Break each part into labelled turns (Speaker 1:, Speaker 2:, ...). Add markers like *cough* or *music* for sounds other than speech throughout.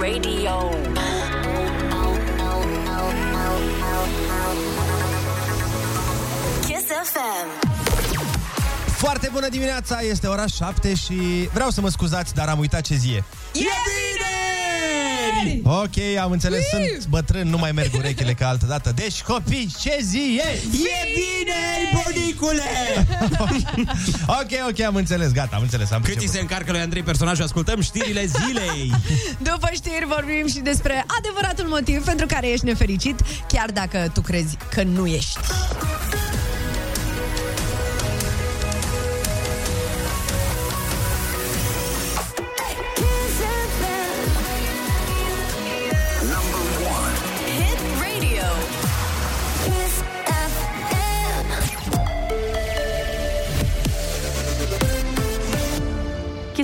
Speaker 1: Radio. Kiss FM.
Speaker 2: Foarte bună dimineața, este ora 7 și vreau să mă scuzați, dar am uitat ce zi e.
Speaker 3: vineri!
Speaker 2: Ok, am înțeles, sunt bătrân, nu mai merg urechile ca altă dată. Deci, copii, ce zi e?
Speaker 3: E vineri, bunicule!
Speaker 2: Ok, ok, am înțeles, gata, am înțeles. Am
Speaker 3: Cât îi
Speaker 2: priceput.
Speaker 3: se încarcă lui Andrei personajul, ascultăm știrile zilei.
Speaker 4: După știri vorbim și despre adevăratul motiv pentru care ești nefericit, chiar dacă tu crezi că nu ești.
Speaker 1: Hit Radio. Kiss FM.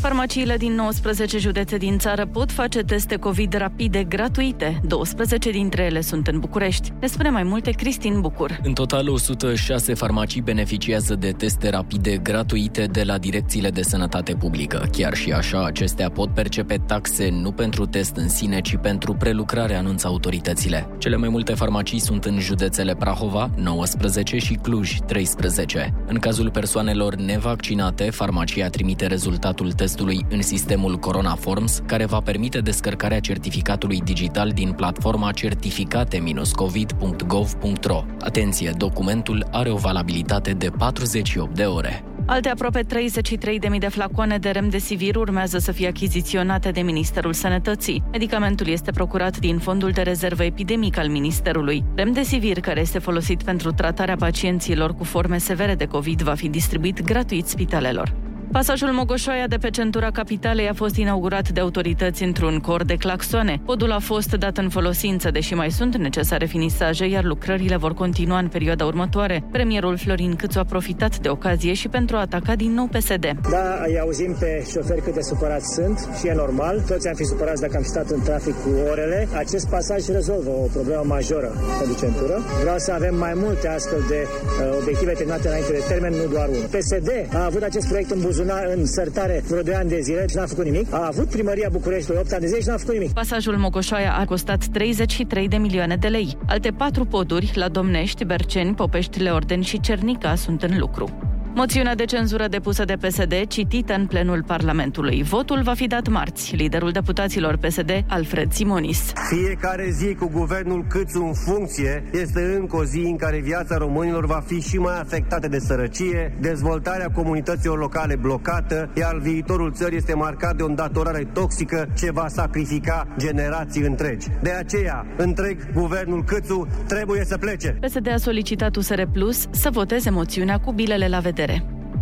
Speaker 5: Farmaciile din 19 județe din țară pot face teste COVID rapide gratuite. 12 dintre ele sunt în București. Ne spune mai multe Cristin Bucur.
Speaker 6: În total, 106 farmacii beneficiază de teste rapide gratuite de la direcțiile de sănătate publică. Chiar și așa, acestea pot percepe taxe nu pentru test în sine, ci pentru prelucrare, anunță autoritățile. Cele mai multe farmacii sunt în județele Prahova, 19 și Cluj, 13. În cazul persoanelor nevaccinate, farmacia trimite rezultatul testului în sistemul Corona Forms, care va permite descărcarea certificatului digital din platforma certificate-covid.gov.ro. Atenție, documentul are o valabilitate de 48 de ore.
Speaker 5: Alte aproape 33.000 de flacoane de remdesivir urmează să fie achiziționate de Ministerul Sănătății. Medicamentul este procurat din Fondul de Rezervă Epidemic al Ministerului. Remdesivir, care este folosit pentru tratarea pacienților cu forme severe de COVID, va fi distribuit gratuit spitalelor. Pasajul Mogoșoaia de pe centura capitalei a fost inaugurat de autorități într-un cor de claxoane. Podul a fost dat în folosință, deși mai sunt necesare finisaje, iar lucrările vor continua în perioada următoare. Premierul Florin Câțu a profitat de ocazie și pentru a ataca din nou PSD.
Speaker 7: Da, îi auzim pe șoferi cât de supărați sunt și e normal. Toți am fi supărați dacă am stat în trafic cu orele. Acest pasaj rezolvă o problemă majoră pentru centură. Vreau să avem mai multe astfel de uh, obiective terminate înainte de termen, nu doar unul. PSD a avut acest proiect în buzunar, în sărtare, vreo 2 ani de zile și n-a făcut nimic. A avut primăria Bucureștiului 8 ani de zile și n-a făcut nimic.
Speaker 5: Pasajul Mogoșoaia a costat 33 de milioane de lei. Alte patru poduri, la Domnești, Berceni, Popești, Leorden și Cernica, sunt în lucru. Moțiunea de cenzură depusă de PSD, citită în plenul Parlamentului. Votul va fi dat marți. Liderul deputaților PSD, Alfred Simonis.
Speaker 8: Fiecare zi cu guvernul Câțu în funcție este încă o zi în care viața românilor va fi și mai afectată de sărăcie, dezvoltarea comunităților locale blocată, iar viitorul țării este marcat de o îndatorare toxică ce va sacrifica generații întregi. De aceea, întreg guvernul Câțu trebuie să plece.
Speaker 5: PSD a solicitat USR Plus să voteze moțiunea cu bilele la vedere.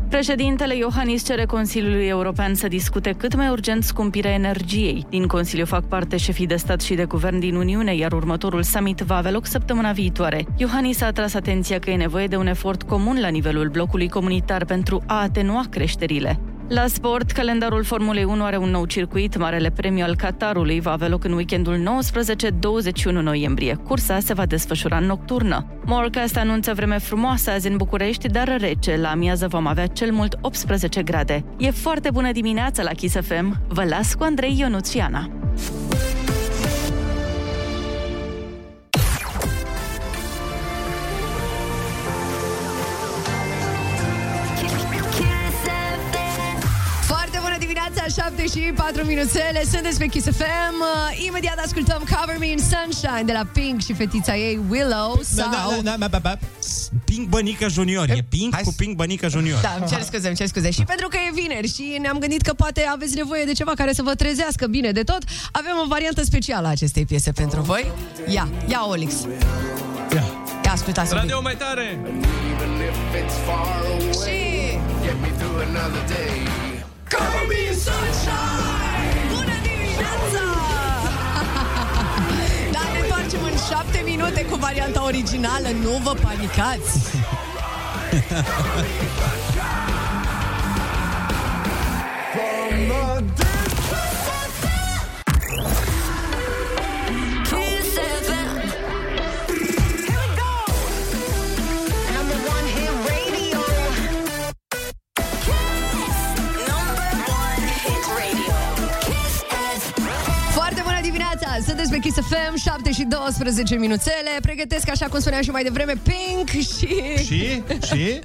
Speaker 5: Președintele Iohannis cere Consiliului European să discute cât mai urgent scumpirea energiei. Din Consiliu fac parte șefii de stat și de guvern din Uniune, iar următorul summit va avea loc săptămâna viitoare. Iohannis a atras atenția că e nevoie de un efort comun la nivelul blocului comunitar pentru a atenua creșterile. La sport, calendarul Formulei 1 are un nou circuit. Marele premiu al Qatarului va avea loc în weekendul 19-21 noiembrie. Cursa se va desfășura în nocturnă. Morecast anunță vreme frumoasă azi în București, dar rece. La amiază vom avea cel mult 18 grade. E foarte bună dimineața la Kiss FM. Vă las cu Andrei Ionuțiana.
Speaker 1: Kiss FM.
Speaker 4: Foarte bună dimineața, 7 și 4 minuțele, sunteți pe Kiss FM. Imediat ascultăm Cover Me in Sunshine de la Pink și fetița ei Willow
Speaker 2: Da,
Speaker 4: sau...
Speaker 3: Pink Bănică Junior. E Pink
Speaker 2: Hai
Speaker 3: cu
Speaker 2: să-
Speaker 3: Pink Bănică Junior.
Speaker 4: Da, îmi cer scuze, îmi cer scuze. Și pentru că e vineri și ne-am gândit că poate aveți nevoie de ceva care să vă trezească bine de tot, avem o variantă specială a acestei piese pentru voi. Ia, ia Olix.
Speaker 2: Da.
Speaker 4: Ia, ascultați un pic.
Speaker 3: Radio mai tare!
Speaker 4: Și... Cover me in sunshine! Bună *laughs* dimineața! Da, ne întoarcem în 7 minute cu varianta originală, nu vă panicați!
Speaker 1: Kiss FM. Here we go. Number one hit radio. Kiss. Number one.
Speaker 4: pe Kiss FM, 7 și 12 minuțele. Pregătesc, așa cum spuneam și mai devreme, Pink și...
Speaker 2: Și? Și?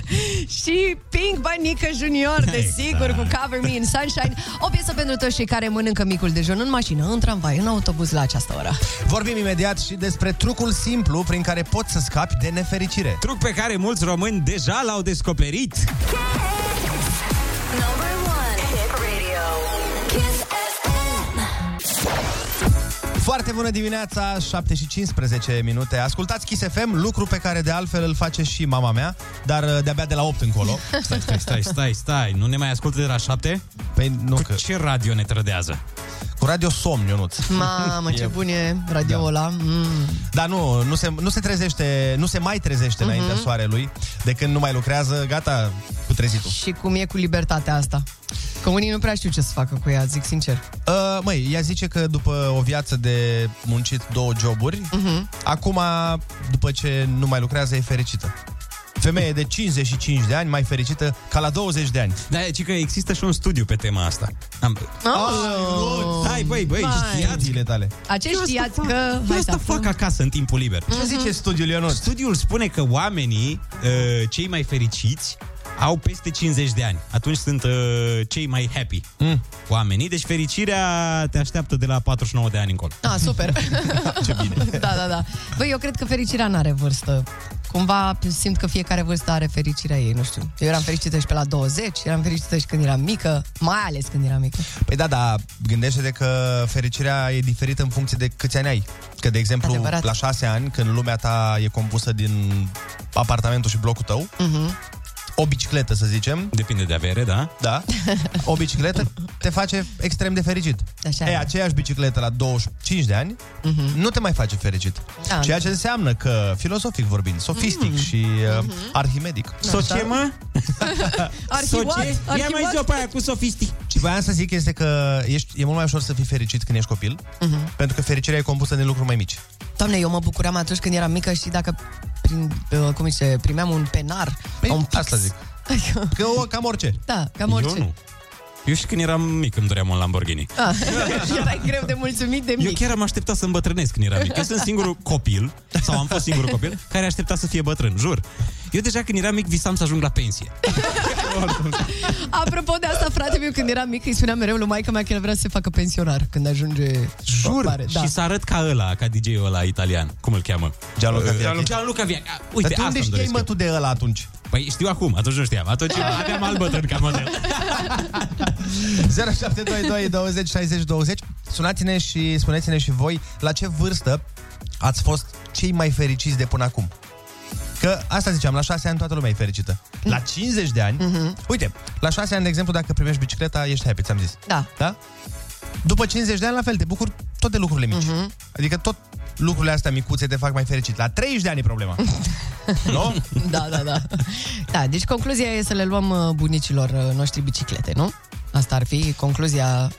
Speaker 4: și Pink Banică Junior, desigur, cu Cover Me in Sunshine. O piesă pentru toți cei care mănâncă micul dejun în mașină, în tramvai, în autobuz la această oră.
Speaker 2: Vorbim imediat și despre trucul simplu prin care poți să scapi de nefericire.
Speaker 3: Truc pe care mulți români deja l-au descoperit.
Speaker 1: Number one. Hit radio. Kiss FM.
Speaker 2: Foarte bună dimineața, 7 și 15 minute. Ascultați Kiss FM, lucru pe care de altfel îl face și mama mea, dar uh, de-abia de la 8 încolo.
Speaker 3: *laughs* Stai, stai, stai, stai, stai. Nu ne mai ascultă de la șapte?
Speaker 2: Păi nu,
Speaker 3: Cu
Speaker 2: că,
Speaker 3: ce radio ne trădează?
Speaker 2: cu radio somn, Ionuț.
Speaker 4: Mamă, ce bun e radio ăla. Mm.
Speaker 2: Dar nu, nu se, nu se trezește, nu se mai trezește uh-huh.
Speaker 3: Mhm.
Speaker 2: înaintea soarelui, de când nu mai lucrează, gata, cu trezitul.
Speaker 4: Și cum e cu libertatea asta? Că unii nu prea știu ce să facă cu ea, zic sincer.
Speaker 2: Uh, măi, ea zice că după o viață de muncit două joburi, uh-huh. acum, după ce nu mai lucrează, e fericită. Femeie de 55 de ani, mai fericită ca la 20 de ani.
Speaker 3: Da, ci că există și un studiu pe tema asta. Am...
Speaker 4: Oh.
Speaker 3: Hai, băi, băi,
Speaker 4: Vai.
Speaker 3: știați?
Speaker 2: Zile tale.
Speaker 4: Acești
Speaker 3: Eu asta
Speaker 4: știați
Speaker 3: fac.
Speaker 4: că...
Speaker 3: Eu
Speaker 4: Hai
Speaker 3: asta
Speaker 4: să
Speaker 3: fac
Speaker 4: aflăm.
Speaker 3: acasă în timpul liber.
Speaker 2: Ce zice studiul, Ionut?
Speaker 3: Studiul spune că oamenii uh, cei mai fericiți au peste 50 de ani. Atunci sunt uh, cei mai happy mm. oamenii. Deci fericirea te așteaptă de la 49 de ani încolo.
Speaker 4: Ah, super. Ce bine. *laughs* da, da, da. Băi, eu cred că fericirea nu are vârstă. Cumva simt că fiecare vârstă are fericirea ei, nu știu. Eu eram fericită și pe la 20, eram fericită și când eram mică, mai ales când eram mică.
Speaker 2: Păi da, da, gândește-te că fericirea e diferită în funcție de câți ani ai. Că, de exemplu,
Speaker 4: Adevărat.
Speaker 2: la șase ani, când lumea ta e compusă din apartamentul și blocul tău, o bicicletă, să zicem,
Speaker 3: Depinde de avere, da?
Speaker 2: da, o bicicletă te face extrem de fericit.
Speaker 4: Așa
Speaker 2: e,
Speaker 4: e.
Speaker 2: aceeași bicicletă la 25 de ani nu te mai face fericit.
Speaker 4: Da. Mhm.
Speaker 2: Ceea ce înseamnă că, filozofic vorbind, sofistic și uh, arhimedic.
Speaker 4: Da,
Speaker 3: Socie, mă?
Speaker 4: Arhivat,
Speaker 3: Ia mai zi-o
Speaker 4: arhivat.
Speaker 3: pe aia cu sofisti.
Speaker 2: Și voiam să zic este că ești, e mult mai ușor să fii fericit când ești copil,
Speaker 4: Mhm.
Speaker 2: pentru că fericirea e compusă din lucruri mai mici.
Speaker 4: Doamne, eu mă bucuram atunci când eram mică și dacă prin, uh, cum zice, primeam un penar,
Speaker 2: Păi,
Speaker 4: un pix.
Speaker 2: asta zic.
Speaker 4: Adică,
Speaker 2: Că o, cam orice.
Speaker 4: da, cam orice.
Speaker 3: Eu nu. Eu și când eram mic îmi doream un Lamborghini.
Speaker 4: Ah, *laughs* erai greu de mulțumit de mic.
Speaker 3: Eu chiar am așteptat să îmbătrânesc când eram mic. Eu sunt singurul copil, sau am fost singurul copil, care aștepta să fie bătrân, jur. Eu deja când eram mic visam să ajung la pensie.
Speaker 4: Apropo de asta, frate meu, când eram mic, îi spuneam mereu lui maica mea că el vrea să se facă pensionar când ajunge
Speaker 3: Jur.
Speaker 4: mare. Da.
Speaker 3: Și să arăt ca ăla, ca DJ-ul ăla italian. Cum îl cheamă? Uh,
Speaker 2: Gianluca Vialli.
Speaker 3: Gianluca Vialli. A, Uite,
Speaker 2: Dar tu
Speaker 3: asta
Speaker 2: unde
Speaker 3: îmi
Speaker 2: știai
Speaker 3: doresc
Speaker 2: mă
Speaker 3: eu.
Speaker 2: tu de ăla atunci?
Speaker 3: Păi știu acum, atunci nu știam. Atunci aveam alt bătrân ca model.
Speaker 2: 0722 20 60 20 Sunați-ne și spuneți-ne și voi la ce vârstă ați fost cei mai fericiți de până acum. Că asta ziceam, la 6 ani toată lumea e fericită. La 50 de ani, uite, la 6 ani, de exemplu, dacă primești bicicleta, ești happy, ți-am zis.
Speaker 4: Da.
Speaker 2: Da? După 50 de ani, la fel, te bucuri tot de lucrurile mici. Adică tot lucrurile astea micuțe te fac mai fericit. La 30 de ani e *laughs* problema. nu?
Speaker 4: Da, da, da. Da, deci concluzia e să le luăm uh, bunicilor uh, noștri biciclete, nu? Asta ar fi concluzia.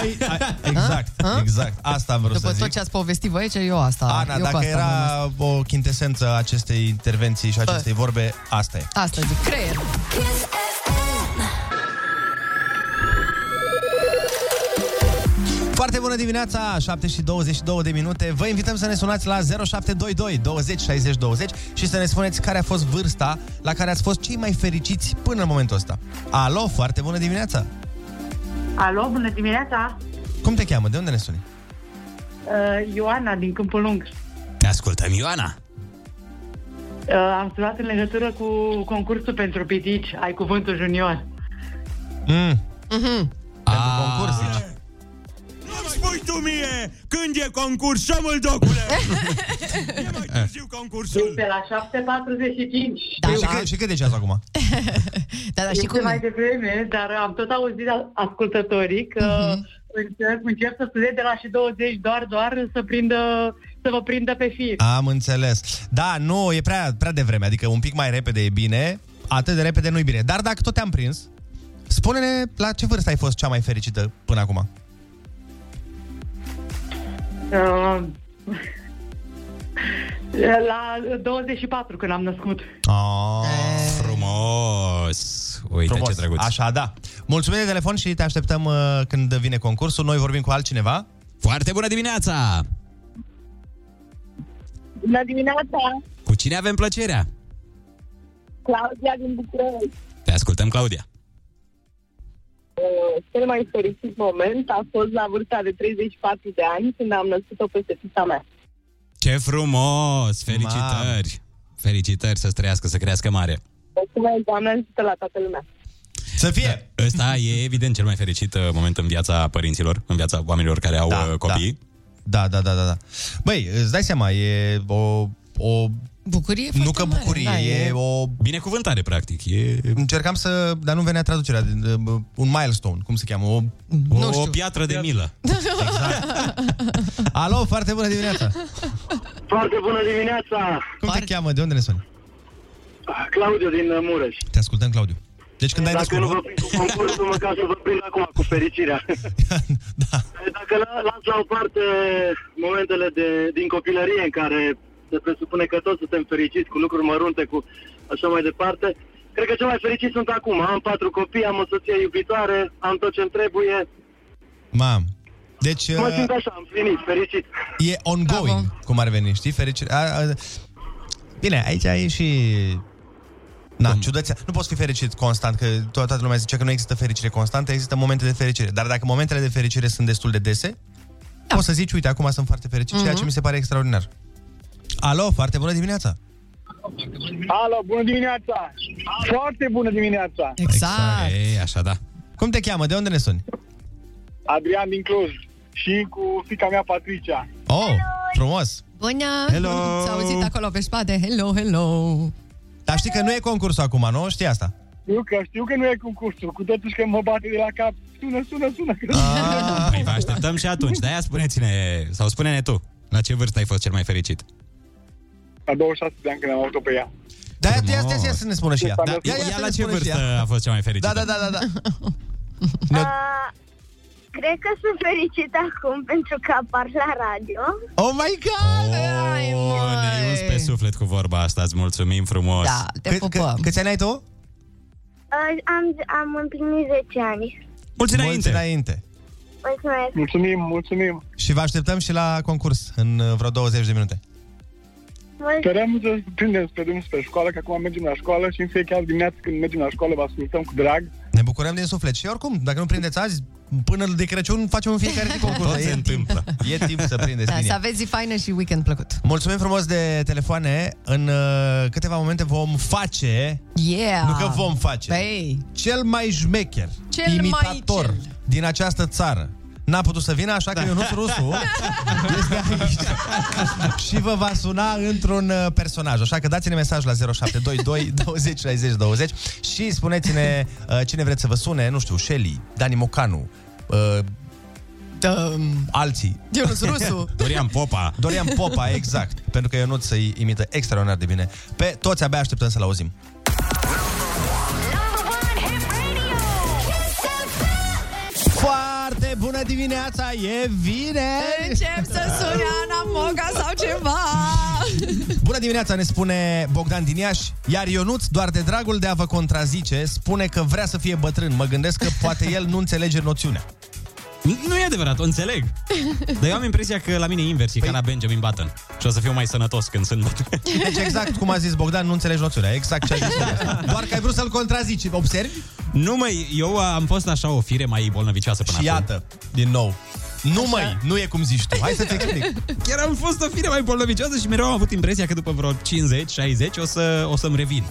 Speaker 2: Ai, ai, exact, exact. Asta am vrut
Speaker 4: După
Speaker 2: să
Speaker 4: tot
Speaker 2: zic.
Speaker 4: ce ați povestit voi aici, eu asta.
Speaker 2: Ana,
Speaker 4: eu cu
Speaker 2: dacă
Speaker 4: asta
Speaker 2: era
Speaker 4: rămân.
Speaker 2: o chintesență a acestei intervenții și a acestei vorbe, asta e.
Speaker 4: Asta zic, creier. Da,
Speaker 1: Kiss FM.
Speaker 2: Foarte bună dimineața, 7 și 22 de minute. Vă invităm să ne sunați la 0722 20 60 20 și să ne spuneți care a fost vârsta la care ați fost cei mai fericiți până în momentul ăsta. Alo, foarte bună dimineața!
Speaker 9: Alo, bună dimineața!
Speaker 2: Cum te cheamă? De unde ne suni?
Speaker 9: Uh, Ioana din Câmpul Lung.
Speaker 3: Te ascultăm, Ioana.
Speaker 9: Uh, am sunat în legătură cu concursul pentru pitici, ai cuvântul junior.
Speaker 2: Mm. Ah. Da,
Speaker 3: Pentru
Speaker 2: concurs, zici.
Speaker 3: Nu-mi spui tu mie când e concurs, să mă docule! e mai
Speaker 2: Eh.
Speaker 3: târziu concursul!
Speaker 9: Pe la 7.45.
Speaker 4: Da,
Speaker 2: și,
Speaker 4: da.
Speaker 2: cât, și cât e ceasul acum?
Speaker 4: Da, da,
Speaker 9: Este
Speaker 4: știi cum
Speaker 9: mai
Speaker 4: e?
Speaker 9: devreme, dar am tot auzit a- ascultătorii că
Speaker 4: Mhm.
Speaker 9: încep, încep să studieze de la și 20 doar, doar să, prindă, să vă prindă pe fir.
Speaker 2: Am înțeles. Da, nu, e prea, prea devreme, adică un pic mai repede e bine, atât de repede nu-i bine. Dar dacă tot te-am prins, spune-ne la ce vârstă ai fost cea mai fericită până acum.
Speaker 9: Uh, *laughs* la 24 când am născut.
Speaker 2: Oh,
Speaker 3: Ah, Frumos! Uite
Speaker 2: frumos.
Speaker 3: ce drăguț!
Speaker 2: Așa, da. Mulțumim de telefon și te așteptăm uh, când vine concursul. Noi vorbim cu altcineva
Speaker 3: Foarte bună dimineața!
Speaker 10: Bună dimineața!
Speaker 3: Cu cine avem plăcerea?
Speaker 10: Claudia din București.
Speaker 3: Te ascultăm, Claudia.
Speaker 10: Uh, Cel mai fericit moment a fost la vârsta de 34 de ani, când am născut-o pe setica mea.
Speaker 3: Ce frumos! Felicitări! Felicitări să trăiască, să crească mare.
Speaker 10: Mulțumesc, Doamne, ajută la toată lumea.
Speaker 2: Să fie! *laughs*
Speaker 3: Ăsta e evident cel mai fericit uh, moment în viața părinților, în viața oamenilor care au
Speaker 2: Da,
Speaker 3: da, copii.
Speaker 2: Da, da, da, da, da. Băi, îți dai seama, e o... o
Speaker 4: Bucurie
Speaker 2: nu
Speaker 4: foarte
Speaker 2: că
Speaker 4: mare,
Speaker 2: bucurie,
Speaker 4: da,
Speaker 2: e o...
Speaker 3: Binecuvântare, practic. E
Speaker 2: Încercam să... Dar nu venea traducerea. din- Un milestone, cum se cheamă? O...
Speaker 3: o,
Speaker 4: știu.
Speaker 3: o piatră
Speaker 4: Da.
Speaker 3: de milă.
Speaker 2: Da. Alo, foarte bună
Speaker 4: *laughs*
Speaker 2: dimineața!
Speaker 11: Foarte bună dimineața!
Speaker 2: Cum te
Speaker 4: Foarte-
Speaker 2: cheamă? De unde ne suni?
Speaker 11: Claudiu din uh, Mureș.
Speaker 2: Te ascultăm, Claudiu. Deci când ai
Speaker 11: Dacă nu vă
Speaker 2: născut...
Speaker 11: prind cu concursul, măcar să vă prind acum cu fericirea.
Speaker 2: *laughs* da.
Speaker 11: Păi Dacă la- las la o parte momentele de, din copilărie în care se presupune că toți suntem fericiți cu lucruri mărunte, cu așa mai departe, cred că cel mai fericit sunt acum. Am patru copii, am o soție iubitoare, am tot ce-mi trebuie.
Speaker 2: Mam. Deci
Speaker 11: Mă
Speaker 2: uh,
Speaker 11: simt așa, împlinit, fericit.
Speaker 2: e ongoing,
Speaker 4: Bravo.
Speaker 2: cum ar veni, știi? Fericire. A, a, bine, aici e și... Na, ciudăția. Nu poți fi fericit constant, că to- toată lumea zice că nu există fericire constantă, există momente de fericire. Dar dacă momentele de fericire sunt destul de dese, da. poți să zici, uite, acum sunt foarte fericit, ceea ce mi se pare extraordinar. Alo, foarte bună dimineața!
Speaker 11: Alo, bună dimineața! Foarte bună dimineața!
Speaker 4: Exact.
Speaker 3: E, așa, da.
Speaker 2: Cum te cheamă? De unde ne suni?
Speaker 11: Adrian din Cluj și cu fica mea, Patricia.
Speaker 2: Oh, frumos!
Speaker 4: Bună!
Speaker 3: Hello!
Speaker 4: S-a auzit acolo pe spate. Hello, hello!
Speaker 2: Dar știi că nu e concursul acum, nu? Știi asta?
Speaker 11: Știu că, știu că nu e concursul, cu totuși că mă bate de la cap. Sună, sună, sună.
Speaker 2: Ah,
Speaker 3: Păi vă așteptăm și atunci. De-aia spuneți-ne, sau spune-ne tu, la ce vârstă ai fost cel mai fericit?
Speaker 11: La 26 de ani când am avut-o pe ea.
Speaker 2: da, ia, ia, ia,
Speaker 3: Frumos.
Speaker 2: ia, să ne spună și ea.
Speaker 11: Da,
Speaker 3: Ia, ia,
Speaker 2: să
Speaker 3: la
Speaker 2: ne
Speaker 3: ce
Speaker 2: spună și
Speaker 3: vârstă
Speaker 2: ea.
Speaker 3: a fost cea mai fericită?
Speaker 2: Da, da, da, da, da.
Speaker 12: Cred că sunt fericită acum pentru că apar la radio.
Speaker 2: Oh my god!
Speaker 4: Ai,
Speaker 3: O,
Speaker 4: măi!
Speaker 3: ne uzi pe suflet cu vorba asta, îți mulțumim frumos.
Speaker 4: Da, te
Speaker 2: Cât-
Speaker 4: pupăm.
Speaker 2: cât- Câți ani ai tu?
Speaker 12: Uh, Am, am împlinit 10 ani.
Speaker 3: Mulți
Speaker 2: Mulți
Speaker 3: înainte.
Speaker 2: înainte.
Speaker 12: Mulțumesc.
Speaker 11: Mulțumim, mulțumim.
Speaker 2: Și vă așteptăm și la concurs în uh, vreo 20 de minute.
Speaker 12: Mulțumesc.
Speaker 11: Sperăm să prindem spre drum spre școală, că acum mergem la școală și în fiecare dimineață când mergem la școală vă ascultăm cu drag.
Speaker 2: Ne bucurăm din suflet. Și oricum, dacă nu prindeți azi, până de Crăciun facem în fiecare zi concurs.
Speaker 3: Tot se
Speaker 2: E timp.
Speaker 3: întâmplă.
Speaker 2: E timp să prindeți
Speaker 4: Da, să
Speaker 2: linia.
Speaker 4: aveți zi faină și weekend plăcut.
Speaker 2: Mulțumim frumos de telefoane. În uh, câteva momente vom face,
Speaker 4: Yeah!
Speaker 2: nu că vom face,
Speaker 4: Păi,
Speaker 2: cel mai șmecher,
Speaker 4: Cel mai
Speaker 2: imitator
Speaker 4: cel. Da.
Speaker 2: din această țară. N-a putut să vină, așa că Ionuț
Speaker 4: *laughs*
Speaker 2: Rusu este aici și vă va suna într-un uh, personaj. Așa că dați-ne mesaj la *laughs* 0722 20 60 20 și spuneți-ne uh, cine vreți să vă sune, nu știu, Shelly, Dani Mocanu, uh, Da.
Speaker 4: dă,
Speaker 2: alții.
Speaker 4: Ionuț
Speaker 2: *laughs*
Speaker 4: Rusu.
Speaker 3: Dorian Popa.
Speaker 2: Dorian *laughs* Popa, exact, pentru că Ionuț să-i imită extraordinar de bine. Pe toți abia așteptăm să-l auzim.
Speaker 13: Number one hit radio. Kiss FM.
Speaker 2: Foarte bună dimineața, e vineri!
Speaker 4: Încep să sune Ana Moga sau ceva.
Speaker 2: Bună dimineața, ne spune Bogdan din Iași, iar Ionuț, doar de dragul de a vă contrazice, spune că vrea să fie bătrân. Mă gândesc că poate el nu înțelege noțiunea.
Speaker 3: Nu e adevărat, o înțeleg. Dar eu am impresia că la mine e invers, e
Speaker 2: Păi-
Speaker 3: ca la Benjamin Button. Și o să fiu mai sănătos când sunt
Speaker 2: *laughs*
Speaker 3: bătrân.
Speaker 2: Deci exact cum a zis Bogdan, nu înțelegi noțiunea. Exact ce a zis. el. Doar că ai vrut să-l contrazici. Observi?
Speaker 3: Nu mai, eu am fost așa o fire mai bolnăvicioasă până
Speaker 2: Și
Speaker 3: acum.
Speaker 2: iată, din nou. Nu mai, nu e cum zici tu. Hai să te explic.
Speaker 3: Chiar am fost o fire mai bolnăvicioasă și mereu am avut impresia că după vreo 50-60 o, să, o să-mi
Speaker 4: *laughs*
Speaker 3: revin.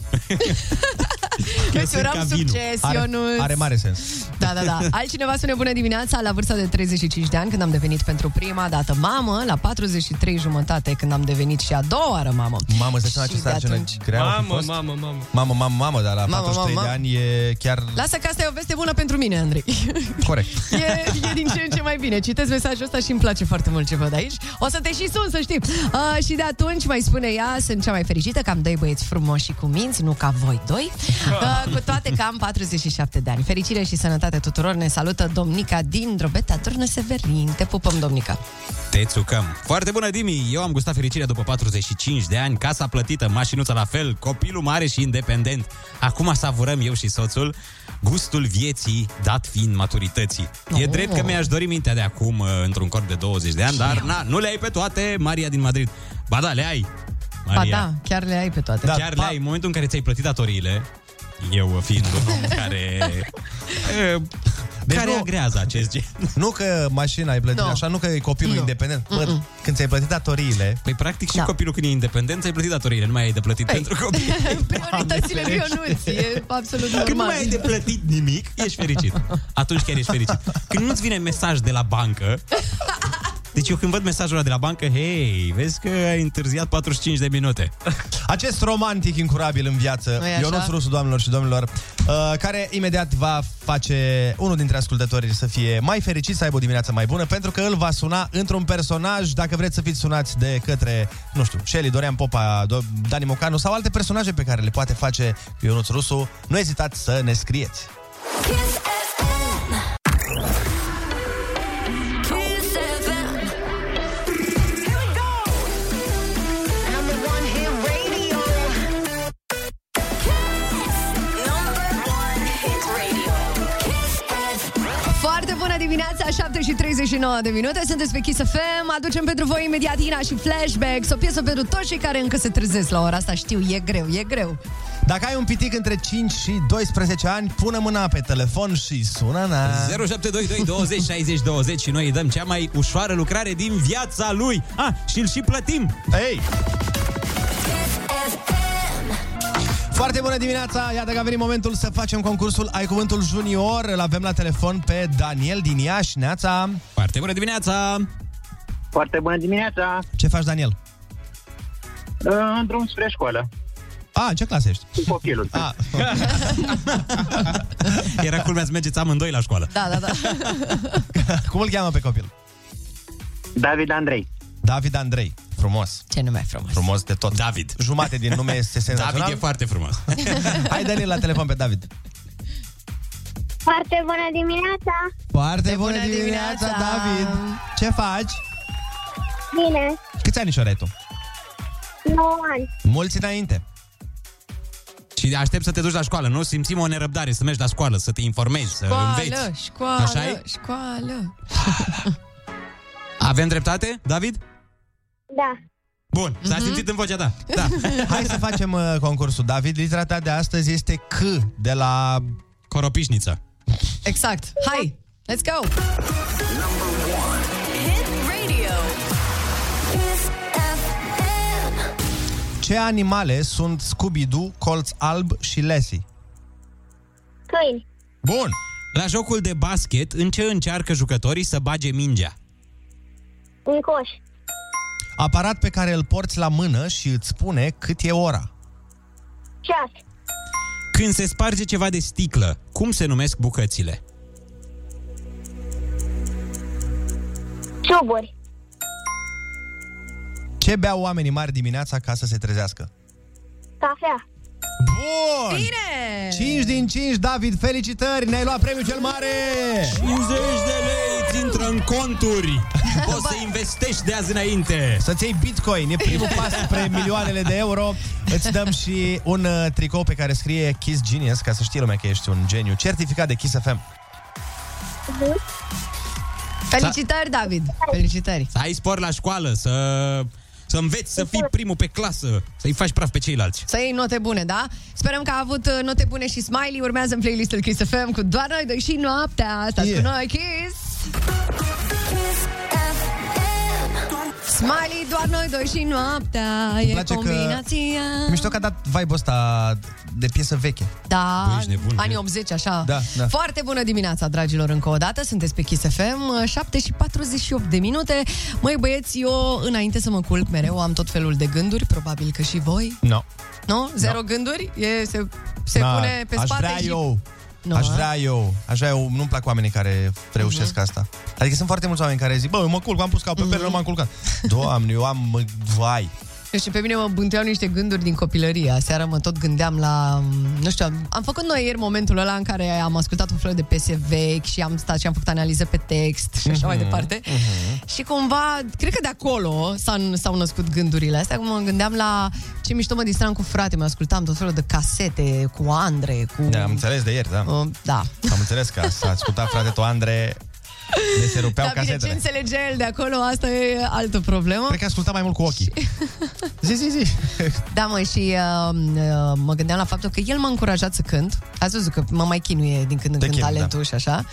Speaker 3: Eu
Speaker 4: Îți
Speaker 3: sunt ca
Speaker 4: urăm
Speaker 3: vinul.
Speaker 4: succes,
Speaker 2: Are,
Speaker 4: Ionuț.
Speaker 2: are mare sens.
Speaker 4: Da, da, da.
Speaker 2: *laughs*
Speaker 4: Altcineva spune bună dimineața la vârsta de 35 de ani când am devenit pentru prima dată mamă, la 43 jumătate când am devenit și a doua oară mamă.
Speaker 2: Mamă, să știu
Speaker 4: Și
Speaker 2: ce
Speaker 4: de
Speaker 2: sarcină
Speaker 4: atunci-
Speaker 2: grea au fi
Speaker 14: Mamă,
Speaker 2: fost.
Speaker 14: mamă, mamă.
Speaker 2: Mamă, mamă, mamă, dar la
Speaker 4: Mamă,
Speaker 2: 43 de
Speaker 4: mamă.
Speaker 2: ani e chiar
Speaker 4: Lasă că asta e o veste bună pentru mine, Andrei.
Speaker 2: corect.
Speaker 4: E, e din ce în ce mai bine. Citesc mesajul ăsta și îmi place foarte mult ce văd aici. O să te și sun, să știi. Uh, și de atunci mai spune ea, sunt cea mai fericită că am doi băieți frumoși și cu minți, nu ca voi doi. Uh, cu toate că am 47 de ani. Fericire și sănătate tuturor. Ne salută Domnica din Drobeta Turnă Severin. Te pupăm, Domnica.
Speaker 3: Te țucăm. Foarte bună, Dimi! Eu am gustat fericirea după 45 de ani, casa plătită, mașinuța la fel, copilul mare și independent. Acum savurăm eu și soțul gustul vieții dat fiind maturității. E drept că mi-aș dori mintea de acum uh, într-un corp de 20 de ani, dar na, nu le ai pe toate, Maria din Madrid. Ba da, le ai,
Speaker 4: Ba
Speaker 3: Maria.
Speaker 4: da, chiar le ai pe toate.
Speaker 3: Da, chiar le ai în momentul în care ți-ai plătit datoriile, eu fiind un om care... e, care
Speaker 2: nu-
Speaker 3: agrează acest gen.
Speaker 2: Nu că mașina ai plătit
Speaker 4: Nu.
Speaker 2: no. așa, nu că e copilul no. independent. Bă, când ți-ai plătit datoriile...
Speaker 3: Păi practic și
Speaker 4: Da. Păi.
Speaker 3: copilul când e independent, ți-ai plătit datoriile, nu mai ai de plătit
Speaker 4: Ei.
Speaker 3: pentru
Speaker 4: *laughs*
Speaker 3: copii.
Speaker 4: Prioritățile lui Ionuț. E absolut
Speaker 3: Când nu
Speaker 4: normal.
Speaker 3: mai ai de plătit nimic, ești fericit. Atunci chiar ești fericit. Când nu-ți vine mesaj de la bancă, deci eu când văd mesajul ăla de la bancă, hei, vezi că ai întârziat 45 de minute.
Speaker 4: Ah.
Speaker 2: Acest romantic incurabil în viață,
Speaker 4: Nu-i așa?
Speaker 2: Ionuț Rusu, doamnelor și domnilor, uh, care imediat va face unul dintre ascultători să fie mai fericit, să aibă o dimineață mai bună, pentru că îl va suna într-un personaj, dacă vreți să fiți sunați de către, nu știu, Shelly, Dorian Popa, Do- Dani Mocanu sau alte personaje pe care le poate face Ionuț Rusu, nu ezitați să ne scrieți.
Speaker 1: Kiss FM. Kiss FM. Here we go. Number one hit radio. Kiss. Number one hit radio. Kiss FM.
Speaker 4: Foarte bună dimineața, 7 și 39 de minute Sunteți pe Kiss FM Aducem pentru voi imediat Ina și Flashbacks O piesă pentru toți cei care încă se trezesc la ora asta Știu, e greu, e greu
Speaker 2: Dacă ai un pitic între 5 și 12 ani, pune mâna pe telefon și sună-na.
Speaker 3: 0722 20 60 20 și noi îi dăm cea mai ușoară lucrare din viața lui. Ah, și îl și plătim.
Speaker 2: Ei! Foarte bună dimineața! Iată că a venit momentul să facem concursul Ai Cuvântul Junior. Îl avem la telefon pe Daniel din Iași. Neața!
Speaker 3: Foarte bună dimineața!
Speaker 8: Foarte bună dimineața!
Speaker 2: Ce faci, Daniel?
Speaker 8: În drum spre școală,
Speaker 2: A, în ce clasă ești?
Speaker 8: cu copilul.
Speaker 2: A, *laughs*
Speaker 3: Era culmea să mergeți amândoi la școală.
Speaker 4: Da, da, da
Speaker 2: cum îl cheamă pe copil?
Speaker 8: David Andrei.
Speaker 2: David Andrei. Frumos.
Speaker 4: *laughs* Ce nume frumos
Speaker 2: Frumos de tot. Da,
Speaker 3: David.
Speaker 2: Jumate din nume este
Speaker 3: David e
Speaker 2: senzațional.
Speaker 3: foarte frumos.
Speaker 2: Hai, Daniel, la telefon pe David.
Speaker 12: Foarte bună dimineața!
Speaker 2: Foarte bună,
Speaker 4: bună
Speaker 2: dimineața,
Speaker 4: dimineața!
Speaker 2: David! Ce faci?
Speaker 12: Bine,
Speaker 2: Câți ani ai tu?
Speaker 12: 9 ani.
Speaker 2: Mulți înainte.
Speaker 3: Și aștept să te duci la școală, nu? Simțim o nerăbdare să mergi la școală, să te informezi, să
Speaker 4: Școală,
Speaker 3: înveți.
Speaker 4: școală,
Speaker 3: Așa-i?
Speaker 4: școală
Speaker 3: Avem dreptate, David?
Speaker 12: Da.
Speaker 3: Bun, s-a simțit în vocea ta. Da.
Speaker 2: Hai să facem uh, concursul, David. Litera ta de astăzi este C de la...
Speaker 3: Coropișniță.
Speaker 4: Exact, hai, let's go
Speaker 1: Hit radio. Kiss FM.
Speaker 2: Ce animale sunt Scooby-Doo, Colț Alb și Lassie?
Speaker 12: Câini.
Speaker 2: Bun!
Speaker 3: La jocul de basket, în ce încearcă jucătorii să bage mingea?
Speaker 12: Un coș.
Speaker 2: Aparat pe care îl porți la mână și îți spune cât e ora.
Speaker 12: Ceas.
Speaker 3: Când se sparge ceva de sticlă, cum se numesc bucățile?
Speaker 12: Ciuburi.
Speaker 2: Ce beau oamenii mari dimineața ca să se trezească?
Speaker 12: Cafea.
Speaker 2: Bun!
Speaker 4: Bine!
Speaker 2: 5 din 5, David, felicitări! Ne-ai luat premiul cel mare!
Speaker 3: 50 de lei îți intră în conturi. Poți să investești de azi înainte.
Speaker 2: Să-ți iei bitcoin, e primul pas spre milioanele de euro. Îți dăm și un uh, tricou pe care scrie Kiss Genius, ca să știe lumea că ești un geniu. Certificat de Kiss FM.
Speaker 4: Felicitări, David Felicitări
Speaker 3: Să ai spor la școală, să, să înveți, să fii primul pe clasă, să-i faci praf pe ceilalți.
Speaker 4: Să iei note bune, da? Sperăm că a avut uh, note bune și Smiley Urmează în playlistul Kiss FM cu doar noi doi și noaptea Stați yeah.
Speaker 2: Yeah.
Speaker 4: cu noi, Kiss!
Speaker 1: Kiss FM.
Speaker 4: Smiley, doar noi doi și noaptea E
Speaker 2: place că-
Speaker 4: combinația
Speaker 2: Mișto că a dat vibe-ul ăsta de piesă veche.
Speaker 4: Da,
Speaker 3: Bă, ești nebun,
Speaker 4: anii
Speaker 3: e.
Speaker 4: 80, așa
Speaker 2: Da, da.
Speaker 4: Foarte bună dimineața, dragilor, încă o dată Sunteți pe Kiss FM, 7 și 48 de minute Măi băieți, eu înainte să mă culc mereu Am tot felul de gânduri, probabil că și voi
Speaker 2: Nu. No.
Speaker 4: Nu? Zero gânduri? E, se se
Speaker 2: Da,
Speaker 4: pune pe
Speaker 2: aș
Speaker 4: spate
Speaker 2: vrea
Speaker 4: și...
Speaker 2: eu.
Speaker 4: Nu,
Speaker 2: aș
Speaker 4: a?
Speaker 2: vrea eu. Aș vrea eu. Nu-mi plac oamenii care
Speaker 4: Mhm.
Speaker 2: reușesc asta. Adică sunt foarte mulți oameni care zic, bă, eu mă culc, am pus capul pe pernă, nu m-am culcat. Doamne, eu am, vai,
Speaker 4: Nu știu, pe mine mă bânteau niște gânduri din copilărie. Aseară mă tot gândeam la... Nu știu, am, am făcut noi ieri momentul ăla în care am ascultat un fel de piese vechi și am stat și am făcut analiză pe text și așa mai
Speaker 2: Mhm,
Speaker 4: departe. Și cumva, cred că de acolo s-au, s-au născut gândurile astea. Cum mă gândeam la ce mișto mă distram cu frate, mă ascultam tot felul de casete cu Andre, cu...
Speaker 2: Da, am înțeles de ieri, da.
Speaker 4: Uh, da.
Speaker 2: Am înțeles că s-a ascultat frate tu, Andre, ne se rupeau
Speaker 4: Dar Da, bine, ce
Speaker 2: casetele.
Speaker 4: înțelege el de acolo, asta e altă problemă.
Speaker 2: Cred că asculta mai mult cu *laughs* ochii. Zi, zi, zi.
Speaker 4: Da, mă, și uh, uh, mă gândeam la faptul că el m-a încurajat să cânt. Ați văzut că mă mai chinuie din când în
Speaker 2: Te
Speaker 4: când
Speaker 2: chinui, da.
Speaker 4: talentul și așa.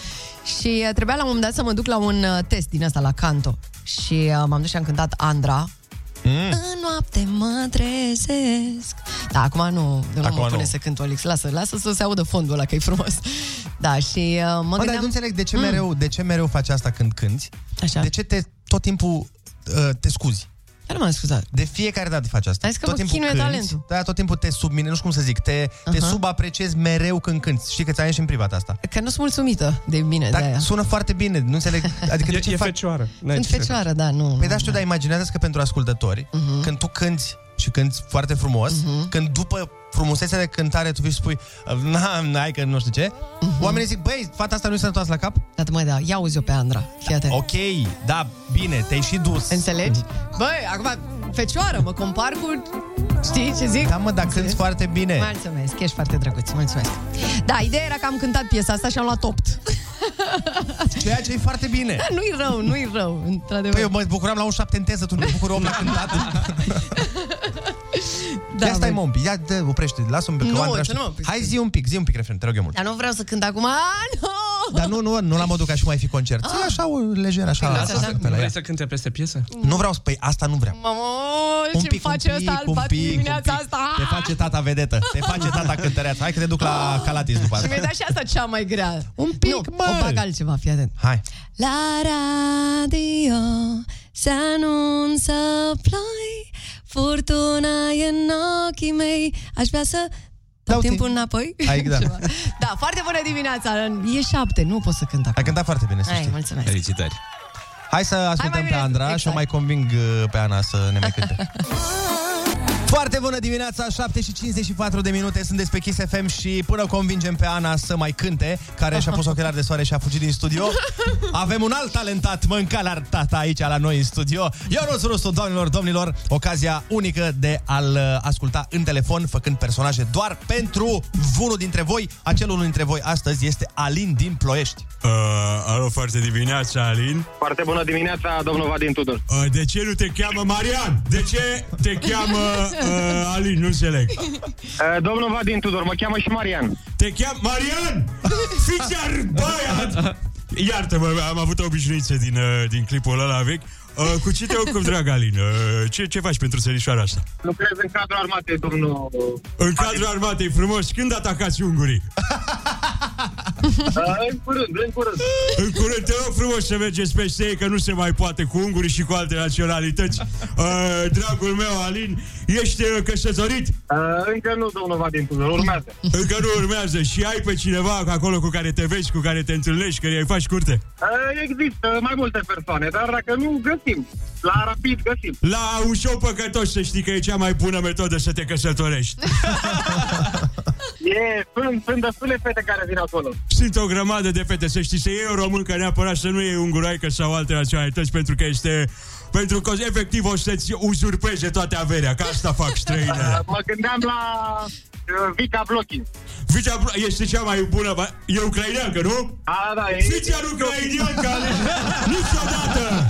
Speaker 4: Și uh, trebuia la un moment dat să mă duc la un uh, test din asta, la canto. Și uh, m-am dus și am cântat Andra.
Speaker 2: Hm.
Speaker 4: Mm. În noapte mă trezesc Da, acum nu, nu
Speaker 2: Acum
Speaker 4: mă pune
Speaker 2: nu.
Speaker 4: să cânt Olix Lasă, lasă să se audă fondul ăla, că e frumos *laughs* Da, și uh, mă
Speaker 2: Mă, dar nu
Speaker 4: gândeam
Speaker 2: înțeleg de ce, mereu, de ce mereu faci asta când cânti.
Speaker 4: Așa.
Speaker 2: De Mm. ce te, tot timpul uh, te scuzi?
Speaker 4: Dar nu m-am scuzat
Speaker 2: De fiecare dată faci asta.
Speaker 4: Ai zis că
Speaker 2: tot
Speaker 4: mă
Speaker 2: timpul
Speaker 4: chinuie
Speaker 2: cânti,
Speaker 4: talentul.
Speaker 2: Da, tot timpul te submine, nu știu cum să zic, te, uh-huh. te
Speaker 4: Aha.
Speaker 2: subapreciezi mereu când cânti. Știi că ți-am ieșit în privat asta.
Speaker 4: Că nu sunt mulțumită de mine de aia
Speaker 2: Dar sună foarte bine, nu înțeleg. Adică de ce
Speaker 14: e
Speaker 2: faci?
Speaker 14: fecioară. N-ai
Speaker 4: Sunt
Speaker 14: ce să-
Speaker 4: fecioară, da, nu
Speaker 2: Păi da, știu, dar imaginează că pentru ascultători, uh-huh. când tu cânti și cânti foarte frumos, uh-huh. când după frumusețea de cântare tu vii și spui na, n-ai că nu știu ce, uh-huh. oamenii zic, băi, fata asta nu-i sănătoasă la cap?
Speaker 4: Da, mă, da, ia uzi-o pe Andra Fii atent
Speaker 2: Ok, da, bine, te-ai și dus.
Speaker 4: Înțelegi? Băi, acum, fecioară, mă compar cu... Știi ce zic?
Speaker 2: Da, mă, dar cânti foarte bine.
Speaker 4: Mulțumesc, ești foarte drăguț, mulțumesc. Da, ideea era că am cântat piesa asta și am luat 8.
Speaker 2: Ceea ce e foarte bine.
Speaker 4: *laughs* nu-i rău, nu-i rău, într-adevăr.
Speaker 2: Păi eu mă bucuram la un șapte în teză, tu nu te bucuri om la cântat. Da, ia stai,
Speaker 4: băi.
Speaker 2: mă, un pic, ia, dă, oprește, lasă un pic. că
Speaker 4: Nu,
Speaker 2: o Andra
Speaker 4: să
Speaker 2: știu.
Speaker 4: nu mă oprești.
Speaker 2: Hai zi un pic, zi un pic refren, te rog eu mult.
Speaker 4: Dar nu vreau să cânt acum, a, Păi nu! Ah. Păi,
Speaker 2: Dar nu, nu, nu la modul ca și cum ai fi concert. Zi așa, o, lejer, așa,
Speaker 4: Lasă
Speaker 2: lasă
Speaker 4: așa.
Speaker 2: să cânt pe
Speaker 14: Nu
Speaker 2: la
Speaker 14: vrei
Speaker 2: ea.
Speaker 14: să cânte peste piesă?
Speaker 2: Nu vreau, să- păi asta nu vreau.
Speaker 4: Mamă,
Speaker 2: Un
Speaker 4: ce
Speaker 2: pic, un
Speaker 4: face
Speaker 2: pic,
Speaker 4: ăsta al
Speaker 2: un
Speaker 4: patru
Speaker 2: pic, un
Speaker 4: dimineața
Speaker 2: pic.
Speaker 4: asta? Ah!
Speaker 2: Te face tata vedetă, te face tata cântăreață. Hai că te duc la Calatis după
Speaker 4: Și mi-ai
Speaker 2: asta.
Speaker 4: dat și asta cea mai grea.
Speaker 2: Un pic,
Speaker 4: nu,
Speaker 2: mă.
Speaker 4: o bag altceva, fii atent.
Speaker 2: Hai.
Speaker 4: La radio se anunță ploi, furtuna e în ochii mei. Aș vrea să dau
Speaker 2: Dau timp.
Speaker 4: timpul înapoi.
Speaker 2: Hai, da.
Speaker 4: Ceva. da, foarte bună dimineața. E șapte, nu pot să cânt acum.
Speaker 2: Ai cântat foarte bine, să
Speaker 4: Hai,
Speaker 2: știi.
Speaker 4: mulțumesc.
Speaker 8: Felicitări.
Speaker 2: Hai să ascultăm
Speaker 4: mai
Speaker 2: pe
Speaker 4: bine,
Speaker 2: Andra
Speaker 4: exact.
Speaker 2: și o mai conving uh, pe Ana să ne mai
Speaker 4: *laughs*
Speaker 2: cânte. Foarte bună dimineața, 7 și 54 de minute, sunt despre Kiss FM și până o convingem pe Ana să mai cânte, care și-a pus ochelari de soare și a fugit din
Speaker 4: *laughs*
Speaker 2: studio, avem un alt talentat mâncalar tata aici la noi în studio, Ionuț Rusu, doamnelor, domnilor, ocazia unică de a-l uh, asculta în telefon, făcând personaje doar pentru unul dintre voi. Acel unul dintre voi astăzi este Alin din Ploiești.
Speaker 8: Uh, alo, foarte dimineața, Alin.
Speaker 10: Foarte bună dimineața, domnul Vadim Tudor.
Speaker 8: Uh, de ce nu te cheamă Marian? De ce te cheamă uh, Alin? Nu înțeleg.
Speaker 10: Uh, Domnul Vadim Tudor, mă cheamă și Marian.
Speaker 8: Te cheam Marian! Fițar băiat! Iartă-mă, am avut o obișnuință din, uh, din clipul ăla vechi. Uh, cu ce te ocupi, dragă Alin? Uh, ce, ce faci pentru țărișoara asta?
Speaker 10: Lucrez în cadrul armatei,
Speaker 15: *laughs*
Speaker 10: domnul...
Speaker 8: În cadrul armatei, frumos, când atacați ungurii?
Speaker 10: Uh, în curând, în curând.
Speaker 8: În curând, te rog frumos să mergeți peste ei, că nu se mai poate cu ungurii și cu alte naționalități. Uh, dragul meu, Alin, ești uh, căsătorit?
Speaker 10: Uh, încă nu, domnul Vadim Tudor, urmează.
Speaker 8: Încă nu urmează și ai pe cineva acolo cu care te vezi, cu care te întâlnești, care îi faci curte?
Speaker 10: Uh, există mai multe persoane, dar dacă nu, găsim. La rapid găsim.
Speaker 8: La un show păcătos să știi că e cea mai bună metodă să te căsătorești.
Speaker 10: E, sunt, sunt destule fete care vin acolo.
Speaker 8: Sunt o grămadă de fete, să știi, să iei o româncă neapărat, să nu iei unguraică sau alte naționalități, pentru că este... Pentru că efectiv o să-ți uzurpeze toată averea, că asta fac străinele.
Speaker 10: Uh, mă gândeam la uh, Vica Blochin.
Speaker 8: Vicea Blo- este cea mai bună, ba- e ucraineancă, nu?
Speaker 10: A, da, e...
Speaker 8: Vicea ucraineancă,
Speaker 14: *laughs*
Speaker 8: ale- niciodată!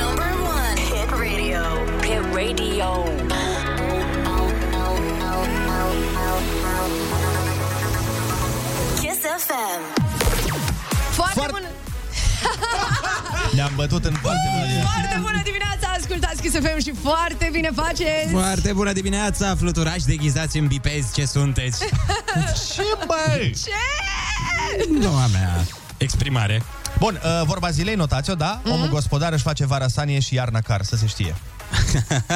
Speaker 1: Number one. Hit radio. Hit radio. Kiss FM.
Speaker 4: Foarte,
Speaker 2: Foarte-
Speaker 4: bună,
Speaker 2: Ne-am bătut în foarte bună zi.
Speaker 4: foarte bună dimineața, ascultați Kiss FM și foarte bine faceți!
Speaker 8: Foarte bună dimineața, fluturași deghizați în bipezi, ce sunteți?
Speaker 2: Ce, băi?
Speaker 4: Ce?
Speaker 8: Doamna mea, exprimare.
Speaker 2: Bun, uh, vorba zilei, notați-o, da? Mm-hmm. Omul gospodar își face vara sanie și iarna car, să se știe.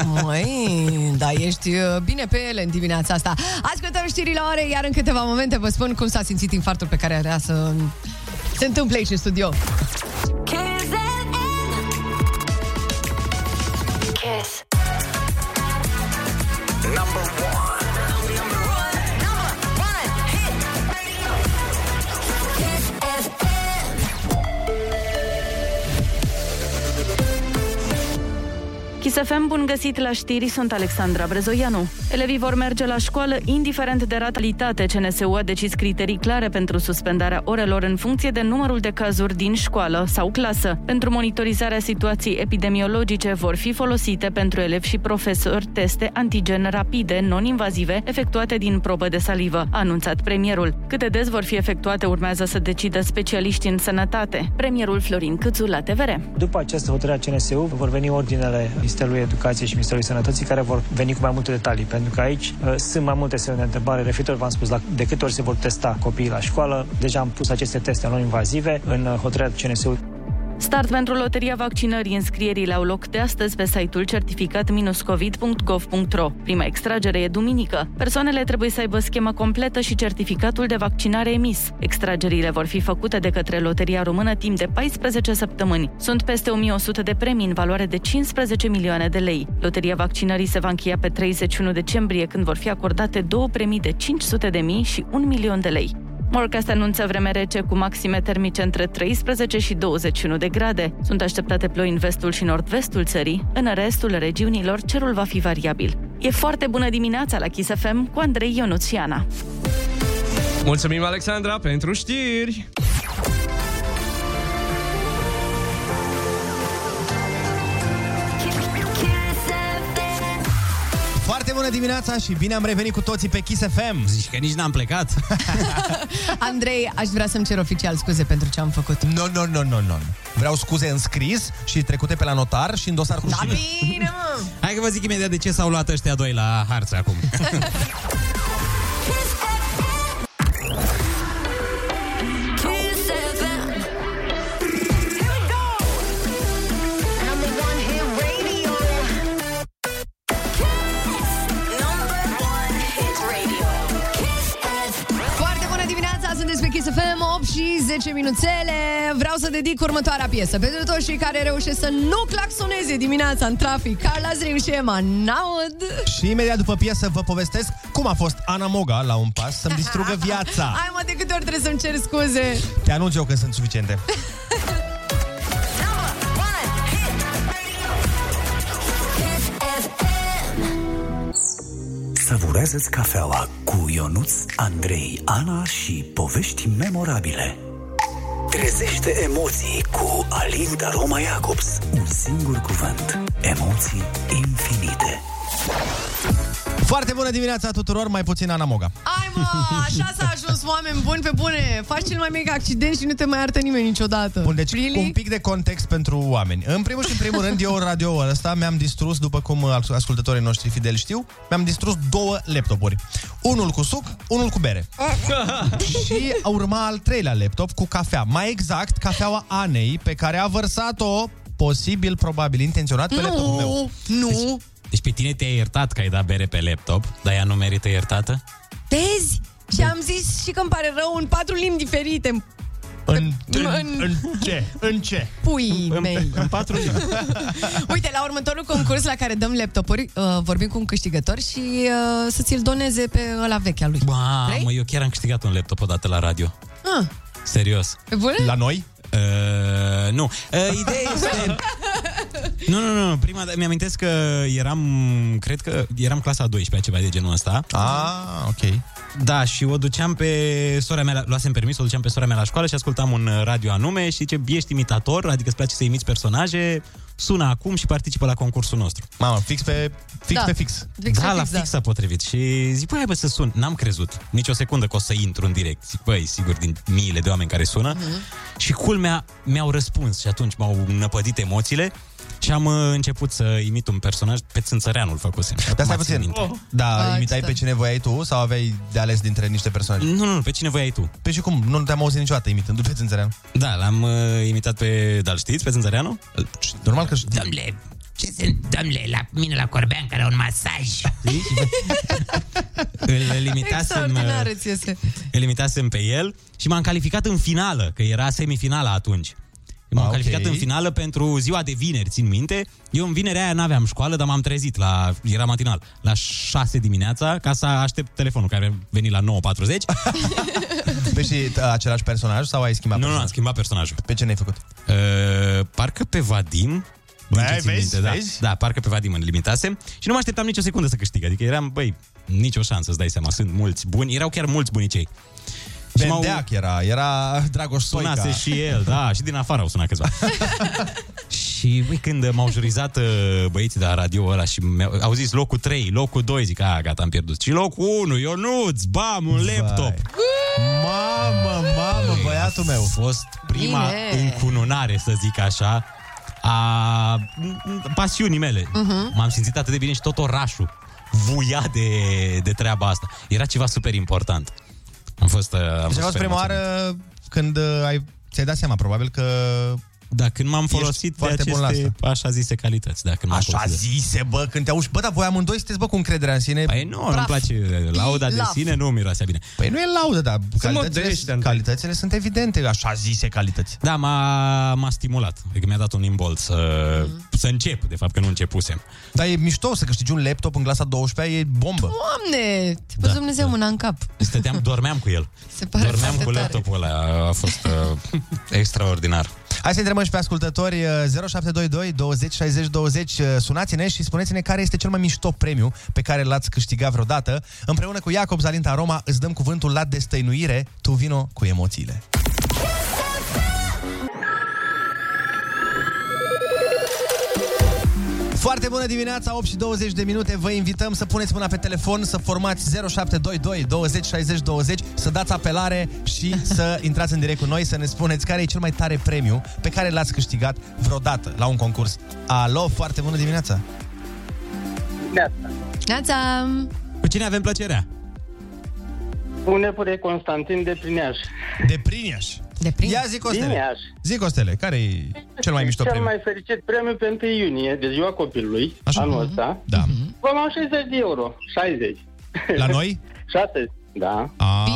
Speaker 4: Măi, da, ești uh, bine pe ele în dimineața asta. Ascultăm știrile la ore, iar în câteva momente vă spun cum s-a simțit infartul pe care avea să se întâmple aici în studio.
Speaker 1: Kiss.
Speaker 5: Chisefem, bun găsit la știri, sunt Alexandra Brezoianu. Elevii vor merge la școală indiferent de ratalitate. CNSU a decis criterii clare pentru suspendarea orelor în funcție de numărul de cazuri din școală sau clasă. Pentru monitorizarea situației epidemiologice vor fi folosite pentru elevi și profesori teste antigen rapide, non-invazive, efectuate din probă de salivă, a anunțat premierul. Cât de des vor fi efectuate urmează să decidă specialiști în sănătate. Premierul Florin Câțu la TVR.
Speaker 15: După această hotărâre a CNSU vor veni ordinele Ministerului Educației și Ministerului Sănătății care vor veni cu mai multe detalii, pentru că aici uh, sunt mai multe semne de întrebare referitor, v-am spus, la, de câte ori se vor testa copiii la școală. Deja am pus aceste teste non-invazive în uh, hotărârea CNSU.
Speaker 5: Start pentru loteria vaccinării. Înscrierile au loc de astăzi pe site-ul certificat-covid.gov.ro. Prima extragere e duminică. Persoanele trebuie să aibă schema completă și certificatul de vaccinare emis. Extragerile vor fi făcute de către Loteria Română timp de 14 săptămâni. Sunt peste 1100 de premii în valoare de 15 milioane de lei. Loteria vaccinării se va încheia pe 31 decembrie, când vor fi acordate două premii de 500 de mii și 1 milion de lei. Morcast anunță vreme rece cu maxime termice între 13 și 21 de grade. Sunt așteptate ploi în vestul și nord-vestul țării. În restul regiunilor, cerul va fi variabil. E foarte bună dimineața la Kiss FM cu Andrei Ionuțiana.
Speaker 14: Mulțumim, Alexandra, pentru știri!
Speaker 2: Foarte bună dimineața și bine am revenit cu toții pe Kiss FM. Zici
Speaker 3: că nici n-am
Speaker 2: *laughs*
Speaker 3: plecat.
Speaker 4: Andrei, aș vrea să-mi cer oficial scuze pentru ce am făcut.
Speaker 2: Nu, nu, nu, nu, nu. Vreau scuze în scris și trecute pe la notar și în dosar cu știri.
Speaker 4: Bine, mă!
Speaker 3: Hai că vă zic imediat de ce s-au luat ăștia doi la harță acum.
Speaker 1: Kiss FM. Here we go. Number one hit radio. Kiss. Number one hit radio. Kiss FM.
Speaker 4: Foarte bună dimineața, sunteți pe Kiss FM, 8 și 10 minuțele. Vreau să dedic următoarea piesă pentru toți cei care reușesc să nu claxoneze dimineața în trafic. Carla Zrim și Emma Naud.
Speaker 2: *laughs* Și imediat după piesă vă povestesc cum a fost Ana Moga la un pas să-mi distrugă viața.
Speaker 4: Hai mă, de câte ori trebuie să-mi cer scuze?
Speaker 2: Te anunț eu că sunt suficiente.
Speaker 1: Number one hit radio. Kiss FM.
Speaker 16: Savurează-ți cafeaua cu Ionuț, Andrei, Ana și povești memorabile. Trezește emoții cu Alinda Roma Jacobs. Un singur cuvânt. Emoții infinite.
Speaker 2: Foarte bună dimineața tuturor, mai puțin Ana Moga.
Speaker 4: Ai mă, așa s-a ajuns oameni buni pe bune. Faci cel mai mic accident și nu te mai iartă nimeni niciodată.
Speaker 2: Bun, deci really? un pic de context pentru oameni. În primul și în primul rând, eu în radio ăsta mi-am distrus, după cum uh, ascultătorii noștri fideli știu, mi-am distrus două laptopuri. Unul cu suc, unul cu
Speaker 4: *laughs*
Speaker 2: bere. și urma al treilea laptop cu cafea. Mai exact, cafeaua Anei, pe care a vărsat-o posibil, probabil, intenționat pe laptopul meu.
Speaker 4: Nu, nu.
Speaker 3: Deci pe tine te-ai iertat că ai dat bere pe laptop, dar ea nu merită iertată?
Speaker 4: Vezi? Și am zis și că îmi pare rău în patru limbi diferite. În
Speaker 2: În,
Speaker 4: în- în-
Speaker 2: ce? În ce?
Speaker 4: Puii
Speaker 2: *laughs*
Speaker 4: mei.
Speaker 14: În patru limbi.
Speaker 4: Uite, la următorul concurs la care dăm laptopuri, uh, vorbim cu un câștigător și uh, să ți-l doneze pe ăla vechea lui.
Speaker 3: Mamă, eu chiar am câștigat un laptop odată la radio.
Speaker 4: Ah,
Speaker 3: Serios.
Speaker 4: pe bune?
Speaker 2: La noi?
Speaker 3: Uh, nu. Uh, ideea este... Nu, nu, nu, nu, prima dată, mi-am că eram, cred că eram clasa 12, ceva de genul ăsta.
Speaker 2: Ah, ok.
Speaker 3: Da, și o duceam pe sora mea, la, luasem permis, o duceam pe sora mea la școală și ascultam un uh, radio anume și zice, ești imitator, adică îți place să imiți personaje, sună acum și participă la concursul nostru.
Speaker 2: Mamă, fix pe fix.
Speaker 4: Da.
Speaker 2: Pe fix.
Speaker 4: Fix,
Speaker 3: da,
Speaker 4: fix,
Speaker 3: la
Speaker 4: da.
Speaker 3: fix s-a potrivit și zic, băi, hai bă să sun. N-am crezut nicio secundă că o să intru în direct. Zic, băi, sigur, din miile de oameni care sună. Mm-hmm. Și culmea, mi-au răspuns și atunci m-au năpădit emoțiile Și am uh, început să imit un personaj pe Țânțăreanul făcusem.
Speaker 2: Dar stai puțin. Da, imitai pe cine voiai tu sau aveai de ales dintre niște personaje?
Speaker 3: Nu, nu, pe cine voiai tu.
Speaker 2: Pe și cum? Nu te-am auzit niciodată imitându-l *laughs* pe Țânțăreanu.
Speaker 3: Da, l-am uh, imitat pe... Dar știți pe Țânțăreanu?
Speaker 2: Normal că...
Speaker 17: Domnule, ce se domnule, la mine la Corbean care un masaj.
Speaker 3: Îl uh, imitasem,
Speaker 4: Extraordinar îți iese.
Speaker 3: îl imitasem pe el și m-am calificat în finală, că era semifinala atunci. M-am
Speaker 2: Ah, ok.
Speaker 3: calificat în finală pentru ziua de vineri, țin minte. Eu în vinerea aia n-aveam școală, dar m-am trezit, la, era matinal, la 6 dimineața, ca să aștept telefonul care veni la 9.40.
Speaker 2: *laughs* Pe și uh, același personaj sau ai schimbat Nu, nu, am
Speaker 3: schimbat personajul.
Speaker 2: Pe ce ne-ai făcut?
Speaker 3: Uh, parcă pe Vadim,
Speaker 2: Băi,
Speaker 3: Nu ce țin
Speaker 2: vezi,
Speaker 3: minte, da.
Speaker 2: vezi?
Speaker 3: da, parcă pe Vadim îl limitasem și nu mă așteptam nicio secundă să câștig. Adică eram, băi, nicio șansă, îți dai seama, sunt mulți buni, erau chiar mulți bunicei. Și m-au-
Speaker 2: Bendeac era, era Dragoș Soica.
Speaker 3: Sunase și el, da, și din afară au sunat câțiva.
Speaker 2: *laughs*
Speaker 3: și băi, când m-au jurizat uh, băieții de la radio ăla și mi-au au zis locul 3, locul 2, zic, a, gata, am pierdut. Și locul 1, Ionuț, bam, un laptop. Păi,
Speaker 2: Mamă, mamă, băiatul meu.
Speaker 3: A fost prima
Speaker 2: Bine.
Speaker 3: încununare, să zic așa, a pasiunii mele.
Speaker 1: Mhm.
Speaker 3: M-am simțit atât de bine și tot orașul vuia de, de treaba asta. Era ceva super important. Am fost... uh, Am
Speaker 2: Deci a fost
Speaker 3: super
Speaker 2: prima oară când uh, ai, ți-ai dat seama, probabil că...
Speaker 3: Da, când m-am folosit de
Speaker 2: foarte bun la
Speaker 3: aceste așa zise calități. Da, când m-am
Speaker 2: Așa
Speaker 3: folosit de-
Speaker 2: zise, bă, când te auzi, bă, dar voi amândoi sunteți, bă, cu încrederea în sine.
Speaker 3: Păi nu, nu-mi place lauda de
Speaker 2: Pilaf.
Speaker 3: sine, nu miroase bine.
Speaker 2: Păi nu e laudă, dar
Speaker 3: modești,
Speaker 2: calitățile, calitățile sunt evidente, așa zise calități.
Speaker 3: Da, m-a, m-a stimulat. Adică mi-a dat un imbold să, să încep, de fapt, că nu începusem.
Speaker 2: Dar e mișto să câștigi un laptop în clasa 12 e bombă.
Speaker 4: Doamne, te
Speaker 3: Da,
Speaker 4: da, Dumnezeu da. mâna în cap.
Speaker 3: Stăteam, dormeam cu el.
Speaker 4: Se pare
Speaker 3: dormeam
Speaker 4: foarte
Speaker 3: cu
Speaker 4: tare.
Speaker 3: laptopul ăla. A fost uh, extraordinar.
Speaker 2: Hai să întrebăm și pe ascultători uh, 0722 20 60 20 uh, Sunați-ne și spuneți-ne care este cel mai mișto premiu pe care l-ați câștigat vreodată Împreună cu Iacob Zalinta Roma îți dăm cuvântul la destăinuire Tu vino cu emoțiile Foarte bună dimineața, 8 și 20 de minute. Vă invităm să puneți mâna pe telefon, să formați 0722 20 60 20, să dați apelare și să intrați în direct cu noi, să ne spuneți care e cel mai tare premiu pe care l-ați câștigat vreodată la un concurs. Alo, foarte bună dimineața!
Speaker 4: Neața!
Speaker 3: Cu cine avem plăcerea?
Speaker 11: Un nepure Constantin de Prineaș.
Speaker 2: De Priniaș.
Speaker 4: De
Speaker 2: prin... Ia zi, Costele.
Speaker 11: Priniaș.
Speaker 2: Zi, Costele, care e cel mai mișto
Speaker 11: Cel
Speaker 2: premiu?
Speaker 11: mai fericit premiu pe 1 iunie, de ziua copilului,
Speaker 2: Așa.
Speaker 11: anul ăsta.
Speaker 2: Da.
Speaker 11: Vom am 60 de euro. 60.
Speaker 2: La noi?
Speaker 11: *laughs*
Speaker 2: Ah,
Speaker 11: 6. Da.
Speaker 2: A,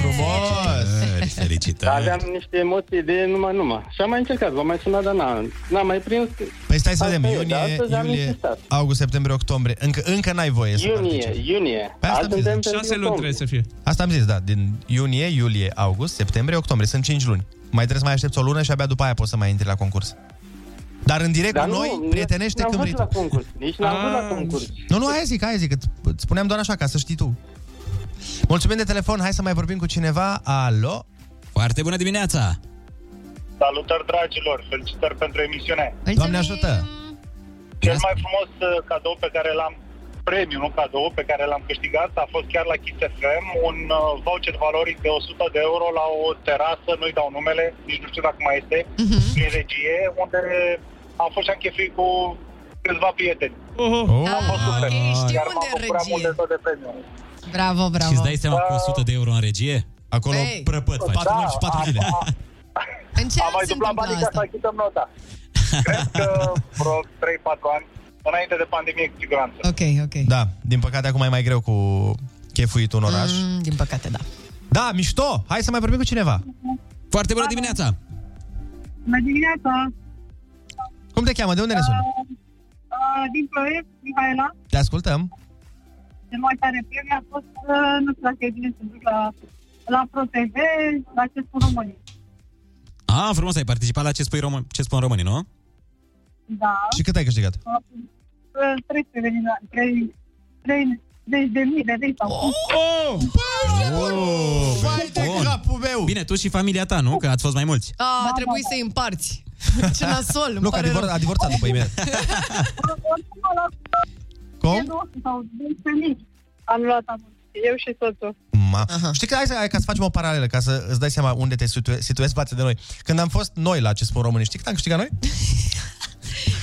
Speaker 11: frumos!
Speaker 3: Felicitări!
Speaker 11: Da, Aveam niște emoții de numai numai. Și am mai încercat, v-am mai sunat, dar n-am, n-am mai prins.
Speaker 2: Păi stai să
Speaker 11: Asta
Speaker 2: vedem,
Speaker 11: e, dar
Speaker 2: iunie,
Speaker 11: da, astăzi am
Speaker 2: iulie,
Speaker 11: insistat.
Speaker 2: august, septembrie, octombrie. Încă, încă n-ai voie să
Speaker 11: Iunie, iunie.
Speaker 2: Pe asta am zis, da. să fie. Asta am zis, da, din iunie, iulie, august, septembrie, octombrie. Sunt 5 luni. Mai trebuie să mai aștepți o lună și abia după aia poți să mai intri la concurs. Dar în direct
Speaker 11: Dar
Speaker 2: cu
Speaker 11: nu,
Speaker 2: noi,
Speaker 11: nu,
Speaker 2: prietenește
Speaker 11: n-am
Speaker 2: când vrei
Speaker 11: văzut
Speaker 2: tu. Ah,
Speaker 11: la concurs, nici n-am văzut la concurs.
Speaker 2: Nu, nu, hai zic, hai zic, îți îți spuneam doar așa, ca să știi tu. Mulțumim de telefon, hai să mai vorbim cu cineva. Alo?
Speaker 3: Foarte bună dimineața!
Speaker 18: Salutări, dragilor! Felicitări pentru emisiune!
Speaker 2: Doamne ajută!
Speaker 18: Cel mai frumos uh, cadou pe care l-am, premiu, nu cadou, pe care l-am câștigat a fost chiar la Kiss FM, un uh, voucher valoric de 100 de euro la o terasă, nu-i dau numele, nici nu știu dacă mai este,
Speaker 4: Mhm.
Speaker 18: din regie, unde am fost și am chefuit cu câțiva prieteni.
Speaker 3: Oh,
Speaker 18: a fost
Speaker 4: Da.
Speaker 18: super.
Speaker 4: știu
Speaker 18: Chiar
Speaker 4: Păi unde
Speaker 18: m-am bucurat
Speaker 4: regie.
Speaker 18: mult de tot de premiu.
Speaker 4: Bravo,
Speaker 3: Și
Speaker 4: bravo.
Speaker 3: îți dai seama cu 100 de euro în regie? Acolo
Speaker 4: Ei.
Speaker 3: prăpăt faci.
Speaker 18: Da,
Speaker 3: 4 și 4 zile.
Speaker 4: În ce
Speaker 18: Am mai duplat banii ca să achităm nota. Cred că vreo 3-4 ani, înainte de pandemie, cu siguranță.
Speaker 4: Ok, ok.
Speaker 2: Da, din păcate acum e mai greu cu chefuit un oraș.
Speaker 4: Mm, din păcate, da.
Speaker 2: Da, mișto! Hai să mai vorbim cu cineva.
Speaker 3: Foarte bună dimineața!
Speaker 10: Bună dimineața!
Speaker 2: Cum te cheamă? De unde ne suni?
Speaker 10: Uh, din Ploiești, Mihaela,
Speaker 2: Te ascultăm.
Speaker 10: de mai tare premiu a fost, uh, nu știu dacă e bine să zic la, la ProTV, la ce spun românii.
Speaker 3: Ah, frumos, ai participat la ce, spui român, ce spun românii, nu?
Speaker 10: Da.
Speaker 2: Și cât ai câștigat?
Speaker 10: Uh, 300 de mila- trei- 30 de mii de lei
Speaker 2: Oh!
Speaker 10: sau cum.
Speaker 3: Oh,
Speaker 2: Vai de capul meu!
Speaker 3: Bine, tu și familia ta, nu? Că ați fost mai mulți.
Speaker 4: A,
Speaker 18: da,
Speaker 4: va trebui să-i
Speaker 2: *laughs*
Speaker 4: împarți. Ce nasol, îmi
Speaker 2: Nu, că a,
Speaker 4: pare
Speaker 2: divor-
Speaker 4: rău.
Speaker 2: a divorțat după imediat.
Speaker 10: Oricum a luat de 200 sau 200 mii. Am luat amândoi, eu și soțul.
Speaker 2: Ma. Știi că hai să, hai ca să facem o paralelă, ca să îți dai seama unde te situe- situezi față de noi. Când am fost noi la ce spun românii, știi cât am câștigat noi?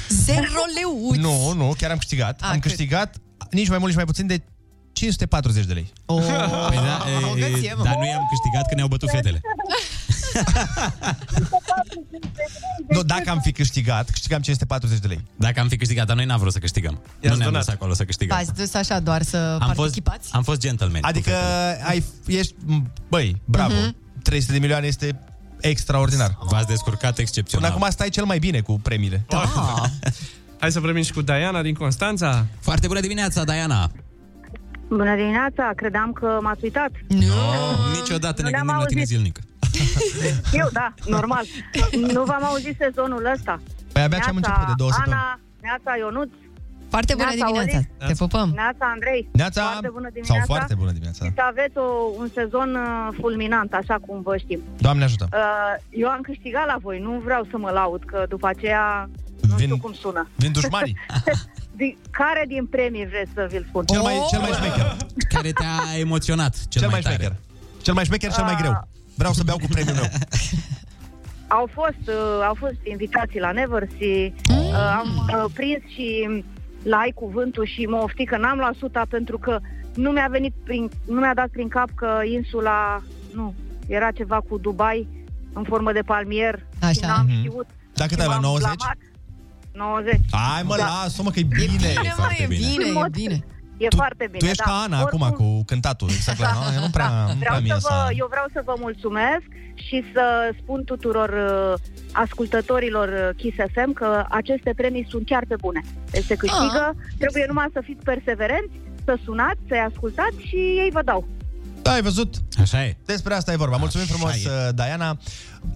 Speaker 4: Zero leuți.
Speaker 2: Nu, nu, chiar am câștigat.
Speaker 4: A,
Speaker 2: am
Speaker 4: cât?
Speaker 2: câștigat nici mai mult, nici mai puțin de 540 de lei.
Speaker 3: Oh. Păi da, e, e, dar nu i-am câștigat că ne-au bătut fetele.
Speaker 2: Nu, dacă am fi câștigat, câștigam 540 de lei.
Speaker 3: Dacă am fi câștigat, dar noi n-am vrut să câștigăm. nu ne-am dus acolo să câștigăm.
Speaker 4: V-ați dus așa doar să
Speaker 3: Am fost,
Speaker 4: participați?
Speaker 3: am fost gentleman.
Speaker 2: Adică ai, ești, băi, bravo,
Speaker 4: Mhm.
Speaker 2: 300 de milioane este extraordinar.
Speaker 3: V-ați descurcat excepțional.
Speaker 2: Până acum stai cel mai bine cu premiile.
Speaker 14: Da. Hai să vorbim și cu Diana din Constanța.
Speaker 3: Foarte bună dimineața, Diana.
Speaker 19: Bună dimineața, credeam că m-ați uitat.
Speaker 4: Nu,
Speaker 3: niciodată
Speaker 19: ne gândim la tine zilnic. Eu, da,
Speaker 2: *laughs*
Speaker 19: normal. Nu v-am auzit sezonul ăsta.
Speaker 2: Păi abia ce am
Speaker 19: Neața
Speaker 2: început, de două săptămâni.
Speaker 19: Ana, Neața Ionuț.
Speaker 4: Foarte bună dimineața. Te pupăm.
Speaker 19: Neața Andrei.
Speaker 2: Neața,
Speaker 19: Foarte bună dimineața.
Speaker 2: sau foarte bună da. dimineața.
Speaker 19: Și să aveți o, un sezon uh, fulminant, așa cum vă știm.
Speaker 2: Doamne ajută.
Speaker 19: Uh, eu am câștigat la voi, nu vreau să mă laud, că după aceea nu
Speaker 2: Vin-
Speaker 19: știu cum sună.
Speaker 2: Vin dușmanii.
Speaker 19: Din, care din premii vreți să vi-l spun?
Speaker 2: Cel mai, cel mai șmecher.
Speaker 3: Care te-a emoționat cel, cel mai, mai tare. Șmecher.
Speaker 2: Cel mai șmecher, cel mai
Speaker 19: Ah.
Speaker 2: greu. Vreau să beau cu premiul meu.
Speaker 19: Au fost, uh, au fost invitații la Neversea,
Speaker 2: Mm.
Speaker 19: uh, am uh, prins și la ai cuvântul și mă ofti că n-am luat suta pentru că nu mi-a venit prin, nu mi-a dat prin cap că insula, nu, era ceva cu Dubai în formă de palmier. Și
Speaker 4: Așa.
Speaker 19: n-am
Speaker 2: Mhm.
Speaker 19: știut.
Speaker 2: Dar cât
Speaker 19: Și
Speaker 2: ai luat,
Speaker 19: m-am
Speaker 2: 90?
Speaker 19: blamat. 90.
Speaker 2: Hai mă,
Speaker 19: Da.
Speaker 2: lasă-mă că e bine.
Speaker 19: bine, mă,
Speaker 2: foarte
Speaker 19: e bine. În mod-
Speaker 4: bine.
Speaker 19: E tu, foarte bine,
Speaker 2: Tu ești
Speaker 19: da.
Speaker 2: ca Ana
Speaker 19: Oricum, Da.
Speaker 2: acum cu cântatul, exact la
Speaker 19: *laughs*
Speaker 2: Ana, eu nu prea, nu
Speaker 19: Vreau
Speaker 2: prea
Speaker 19: să
Speaker 2: mie
Speaker 19: vă,
Speaker 2: să...
Speaker 19: eu vreau să vă mulțumesc și să spun tuturor uh, ascultătorilor uh, Kiss FM că aceste premii sunt chiar pe bune. Deci se câștigă, trebuie numai să fiți perseverenți, să sunați, să-i ascultați și ei vă dau.
Speaker 2: Da, ai văzut?
Speaker 3: Așa e.
Speaker 2: Despre asta e vorba. Mulțumim frumos, uh, Diana.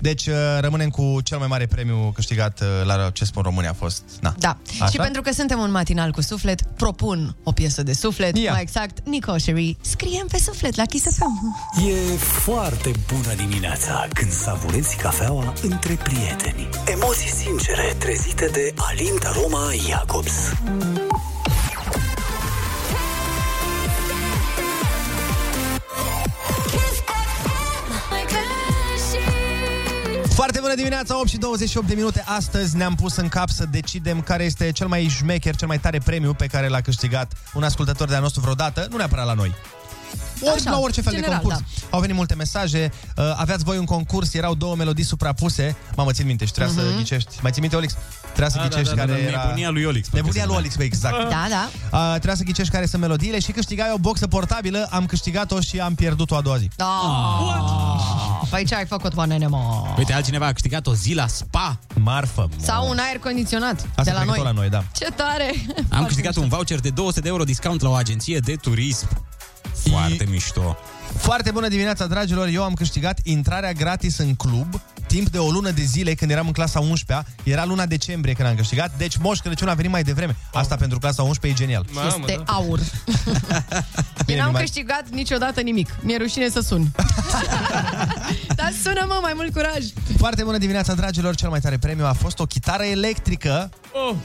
Speaker 2: Deci uh, rămânem cu cel mai mare premiu câștigat uh, la ce spun România a fost. Na.
Speaker 4: Da.
Speaker 2: Așa?
Speaker 4: Și pentru că suntem un matinal cu suflet, propun o piesă de suflet,
Speaker 16: Ia.
Speaker 4: mai exact, Nico Sherry, Scriem pe suflet la Kiss FM.
Speaker 16: E foarte bună dimineața când savurezi cafeaua între prieteni. Emoții sincere trezite de Alinta Roma Iacobs.
Speaker 2: Foarte bună dimineața, 8 și 28 de minute. Astăzi ne-am pus în cap să decidem care este cel mai șmecher, cel mai tare premiu pe care l-a câștigat un ascultător de-a nostru vreodată, nu neapărat la noi. Ori
Speaker 4: Așa,
Speaker 2: la orice fel
Speaker 4: general, da.
Speaker 2: de concurs. Au venit multe mesaje, uh, aveați voi un concurs, erau două melodii suprapuse. Mamă, țin minte și trebuia să
Speaker 4: Mhm.
Speaker 2: ghicești. Mai țin minte, Olix? Trebuia să
Speaker 3: Da, da,
Speaker 2: ghicești
Speaker 3: da, da,
Speaker 2: care
Speaker 3: da.
Speaker 2: era...
Speaker 3: Nebunia lui Olix, parcă
Speaker 2: Nebunia
Speaker 3: se
Speaker 2: lui
Speaker 3: numea.
Speaker 2: Olix, bă, exact.
Speaker 4: Da, da.
Speaker 2: Uh, trebuia să ghicești care sunt melodiile și câștigai o boxă portabilă, am câștigat-o și am pierdut-o a doua zi.
Speaker 4: Da. Păi ce ai făcut, mă, nene, mă?
Speaker 3: Uite, altcineva a câștigat o zi la spa.
Speaker 2: Marfă.
Speaker 4: Sau un aer condiționat de la
Speaker 3: cred că
Speaker 4: noi.
Speaker 3: tot la noi, da.
Speaker 4: Ce tare!
Speaker 3: Am câștigat un voucher de 200 de euro discount la o agenție de turism. Foarte mișto.
Speaker 2: Foarte bună dimineața, dragilor! Eu am câștigat intrarea gratis în club timp de o lună de zile când eram în clasa 11-a. Era luna decembrie când am câștigat, deci Moș Crăciun a venit mai devreme. Asta pentru clasa 11 e genial.
Speaker 4: Este aur. Eu
Speaker 2: Bine,
Speaker 4: n-am
Speaker 2: mi-a-
Speaker 4: câștigat niciodată nimic. Mi-e rușine să sun. Dar sună, mă, mai mult curaj.
Speaker 2: Foarte bună dimineața, dragilor! Cel mai tare premiu a fost o chitară electrică.
Speaker 14: Oh.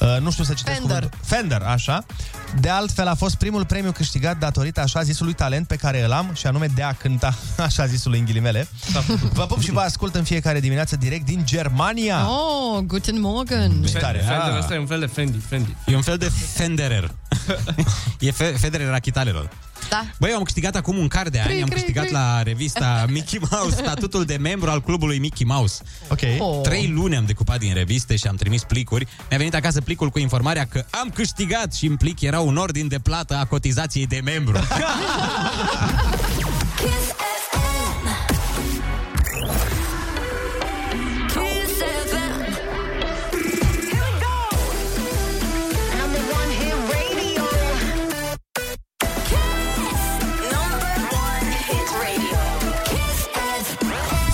Speaker 2: Uh, nu știu să citesc
Speaker 4: Fender.
Speaker 2: cuvântul. Fender, așa. De altfel, a fost primul premiu câștigat datorită așa zisului talent pe care îl am, și anume de a cânta, *laughs* așa zisul în ghilimele. Vă pup și vă ascult în fiecare dimineață direct din Germania. Deci
Speaker 4: Oh, guten Morgen.
Speaker 14: Tare. Fender,
Speaker 3: Ah.
Speaker 14: asta e un fel de Fendi. Fendi.
Speaker 3: E un fel de Fenderer. *laughs* e fe- Federer a chitalelor.
Speaker 4: Da.
Speaker 3: Băi, eu am câștigat acum un car de ani,
Speaker 4: Cri,
Speaker 3: am
Speaker 4: cri,
Speaker 3: câștigat
Speaker 4: cri.
Speaker 3: la *laughs* revista Mickey Mouse statutul de membru al clubului Mickey Mouse.
Speaker 2: Ok.
Speaker 4: Oh.
Speaker 3: Trei luni am decupat din reviste și am trimis plicuri. Mi-a venit acasă plicul cu informarea că am câștigat și în plic era un ordin de plată a cotizației de *laughs* membru.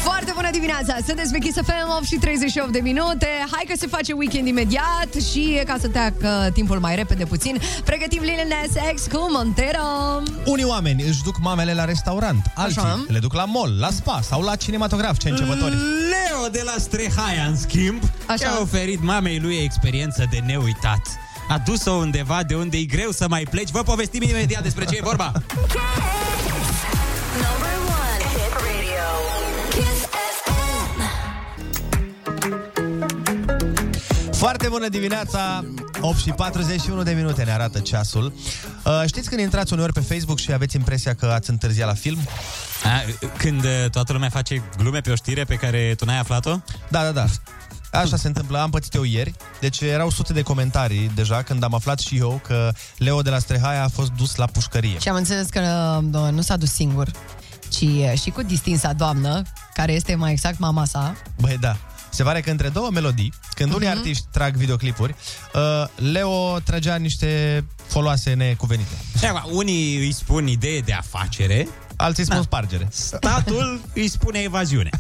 Speaker 4: Foarte bună dimineața! Sunteți pe Kiss FM, 8 și 38 de minute. Hai că se face weekend imediat și ca să teacă timpul mai repede puțin, pregătim Lil Nas X cu Montero.
Speaker 2: Unii oameni își duc mamele la restaurant, alții
Speaker 4: Așa. Mm.
Speaker 2: le duc la mall, la spa sau la cinematograf, ce începători.
Speaker 3: Leo de la Strehaia, în schimb,
Speaker 4: Așa.
Speaker 3: i-a oferit mamei lui o experiență de neuitat. A dus-o undeva de unde e greu să mai pleci. Vă povestim imediat despre ce e vorba.
Speaker 2: Foarte bună dimineața! 8 și 41 de minute ne arată ceasul. Uh, știți când intrați uneori pe Facebook și aveți impresia că ați întârziat la film?
Speaker 3: A, când uh, toată lumea face glume pe o știre pe care tu n-ai aflat-o?
Speaker 2: Da, da, da. Așa se întâmplă, am pățit eu ieri. Deci erau sute de comentarii deja când am aflat și eu că Leo de la Strehaia a fost dus la pușcărie.
Speaker 4: Și am înțeles că bă, nu s-a dus singur, ci e, și cu distinsa doamnă, care este mai exact mama sa.
Speaker 2: Băi, da. Se pare că între două melodii, când unii artiști trag videoclipuri, uh, Leo trăgea niște foloase necuvenite.
Speaker 3: Acum, Unii îi spun idee de afacere,
Speaker 2: alții spun spargere.
Speaker 3: Statul îi spune evaziune.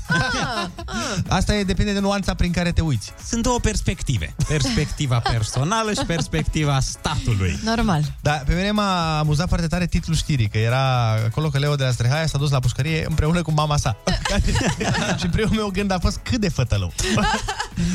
Speaker 2: Asta e, depinde de nuanța prin care te uiți.
Speaker 3: Sunt două perspective. Perspectiva personală și perspectiva statului.
Speaker 4: Normal.
Speaker 2: Da, pe mine m-a amuzat foarte tare titlul știrii, că era acolo că Leo de la Strehaia s-a dus la pușcărie împreună cu mama sa. și primul meu gând a fost cât de fătălău.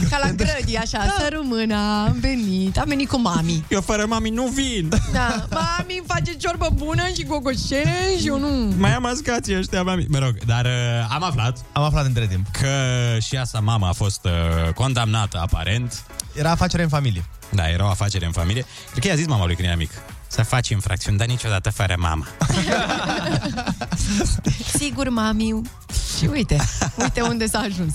Speaker 4: Ca la grădi, așa, da. să rumâna, am venit, am venit cu mami.
Speaker 3: Eu fără mami nu vin.
Speaker 4: Da, mami îmi face ciorbă bună și gogoșene și eu nu...
Speaker 3: Mai am ascații ăștia, mami. Mă rog, dar uh, am aflat...
Speaker 2: Am aflat între timp.
Speaker 3: Că și asta mama a fost uh, condamnată, aparent.
Speaker 2: Era afacere în familie.
Speaker 3: Da, era o afacere în familie. Cred că i-a zis mama lui când era mic. Să faci infracțiuni, dar niciodată fără mama.
Speaker 2: *laughs*
Speaker 4: Sigur, mamiu. Și uite, uite unde s-a ajuns.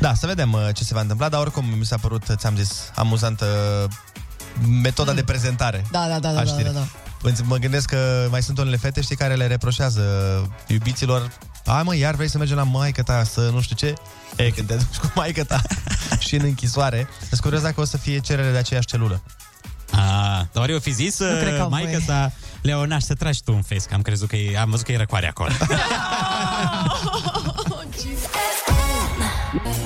Speaker 2: Da, să vedem uh, ce se va întâmpla, dar oricum mi s-a părut, ți-am zis, amuzantă uh, metoda de prezentare.
Speaker 4: Da, da, da, da,
Speaker 2: a
Speaker 4: da,
Speaker 2: știrii.
Speaker 4: da, da.
Speaker 2: Îți- Mă gândesc că mai sunt unele fete, știi, care le reproșează iubiților Hai mă, iar vrei să mergem la maică ta să nu știu ce? E, când te duci cu maică
Speaker 4: *laughs*
Speaker 2: ta și în închisoare, sunt curios dacă o să fie cerere de aceeași celulă.
Speaker 3: A, dar eu fi zis,
Speaker 2: Nu cred că au
Speaker 3: mai că ta Leona, să tragi tu un fesc. Am crezut că e, am văzut că e răcoare
Speaker 2: *laughs*
Speaker 3: acolo.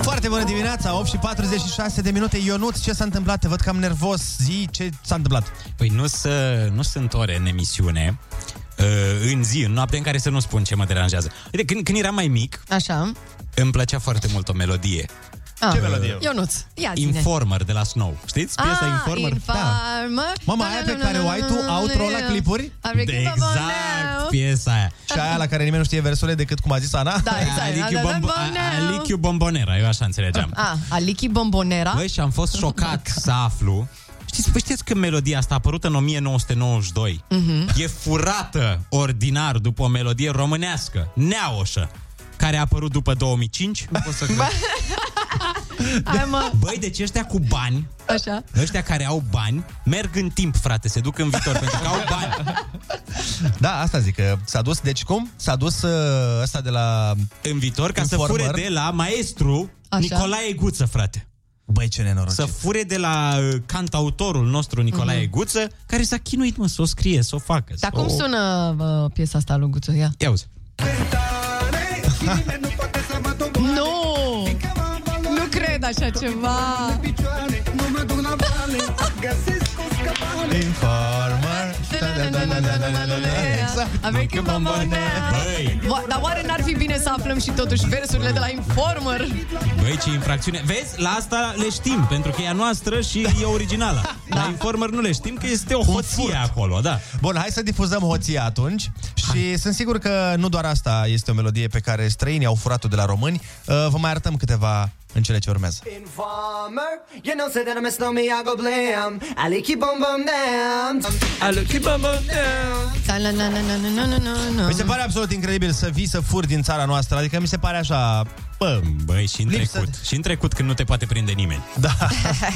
Speaker 2: Foarte bună dimineața, 8 și 46 de minute. Ionut, ce s-a întâmplat? Te văd cam nervos. Zi, ce s-a întâmplat?
Speaker 3: Păi nu, să, nu sunt ore în emisiune, uh, în zi, în noapte, în care să nu spun ce mă deranjează. Uite, când, când eram mai mic,
Speaker 4: Așa.
Speaker 3: îmi plăcea foarte mult o melodie.
Speaker 4: Ah.
Speaker 3: melodie?
Speaker 4: Ionuț, ia ține.
Speaker 3: Informer de la Snow. Știți? Piesa
Speaker 4: Ah,
Speaker 3: Informer.
Speaker 4: Informer.
Speaker 2: da. Mama, aia pe care o ai tu, outro la clipuri?
Speaker 3: De exact, piesa aia.
Speaker 2: Și aia la care nimeni nu știe versurile decât cum a zis Ana?
Speaker 4: Da, exact.
Speaker 3: Aliciu,
Speaker 4: Da, da,
Speaker 3: bombo-
Speaker 4: da,
Speaker 3: a- Aliciu Bombonera, eu așa înțelegeam. *laughs*
Speaker 4: Ah, A, Alichi Bombonera.
Speaker 3: Băi, și am fost șocat să aflu. Știți, păi știți că melodia asta a apărut în 1992.
Speaker 4: Mhm.
Speaker 3: E furată ordinar după o melodie românească, neaoșă, care a apărut după 2005. Nu pot să cred.
Speaker 4: Hai mă,
Speaker 3: Băi, deci ăștia cu bani,
Speaker 4: așa.
Speaker 3: ăștia care au bani, merg în timp, frate, se duc în viitor, pentru că au bani.
Speaker 2: *laughs* Da, asta zic, că s-a dus, deci cum? S-a dus uh, ăsta de la...
Speaker 3: În viitor, ca să fure de la maestru
Speaker 2: Așa.
Speaker 3: Nicolae Guță, frate.
Speaker 2: Băi, ce nenorocit.
Speaker 3: Să fure de la uh, cantautorul nostru Nicolae
Speaker 4: Mhm.
Speaker 3: Guță, care s-a chinuit, mă, să o scrie, să o facă.
Speaker 4: Dar
Speaker 3: să
Speaker 4: cum
Speaker 2: Oh.
Speaker 3: o...
Speaker 4: sună bă, piesa asta lui Guțu? Ia.
Speaker 3: Ia uzi.
Speaker 4: Nu! Nu cred așa ceva!
Speaker 2: Informer. Exact.
Speaker 4: Avec un
Speaker 3: Băi,
Speaker 4: Oa- Dar oare n-ar fi bine să aflăm și totuși versurile de la Informer?
Speaker 3: băi, ce infracțiune. Vezi, la asta le știm, pentru că e a noastră și e
Speaker 4: *laughs*
Speaker 3: originală.
Speaker 4: Da.
Speaker 3: La Informer nu le știm, că este o hoție acolo, da.
Speaker 2: Bun, hai să difuzăm hoția atunci și sunt sigur că nu doar asta este o melodie pe care străinii au furat-o de la români. Uh, Vă mai arătăm câteva în cele ce urmează.
Speaker 4: Păi,
Speaker 20: Informer, you know, say that I'm a snowman, I go blam. I like you, bum bum down. I like you, bum bum down.
Speaker 4: Da,
Speaker 2: Mi se pare absolut incredibil să vii să furi din țara noastră, adică mi se pare așa... Bă,
Speaker 3: Băi, și în
Speaker 2: Lipsă
Speaker 3: trecut. Și în trecut, când nu te poate prinde nimeni.
Speaker 2: Da.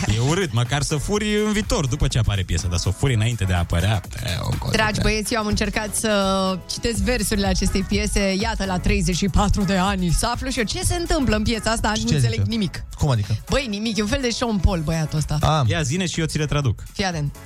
Speaker 3: E urât, măcar să furi în viitor, după ce apare piesa, dar să o furi înainte de a apărea. e, o cotă.
Speaker 4: Dragi băieți, eu am încercat să citesc versurile acestei piese, iată, la 34 de ani, să aflu și eu ce se întâmplă în piesa asta, nu
Speaker 3: ce
Speaker 4: înțeleg
Speaker 3: zice?
Speaker 4: nimic.
Speaker 2: Cum adică?
Speaker 4: Băi, nimic, e un fel de Sean Paul, băiatul ăsta.
Speaker 3: Ia zine și eu ți le traduc.
Speaker 4: Fii atent.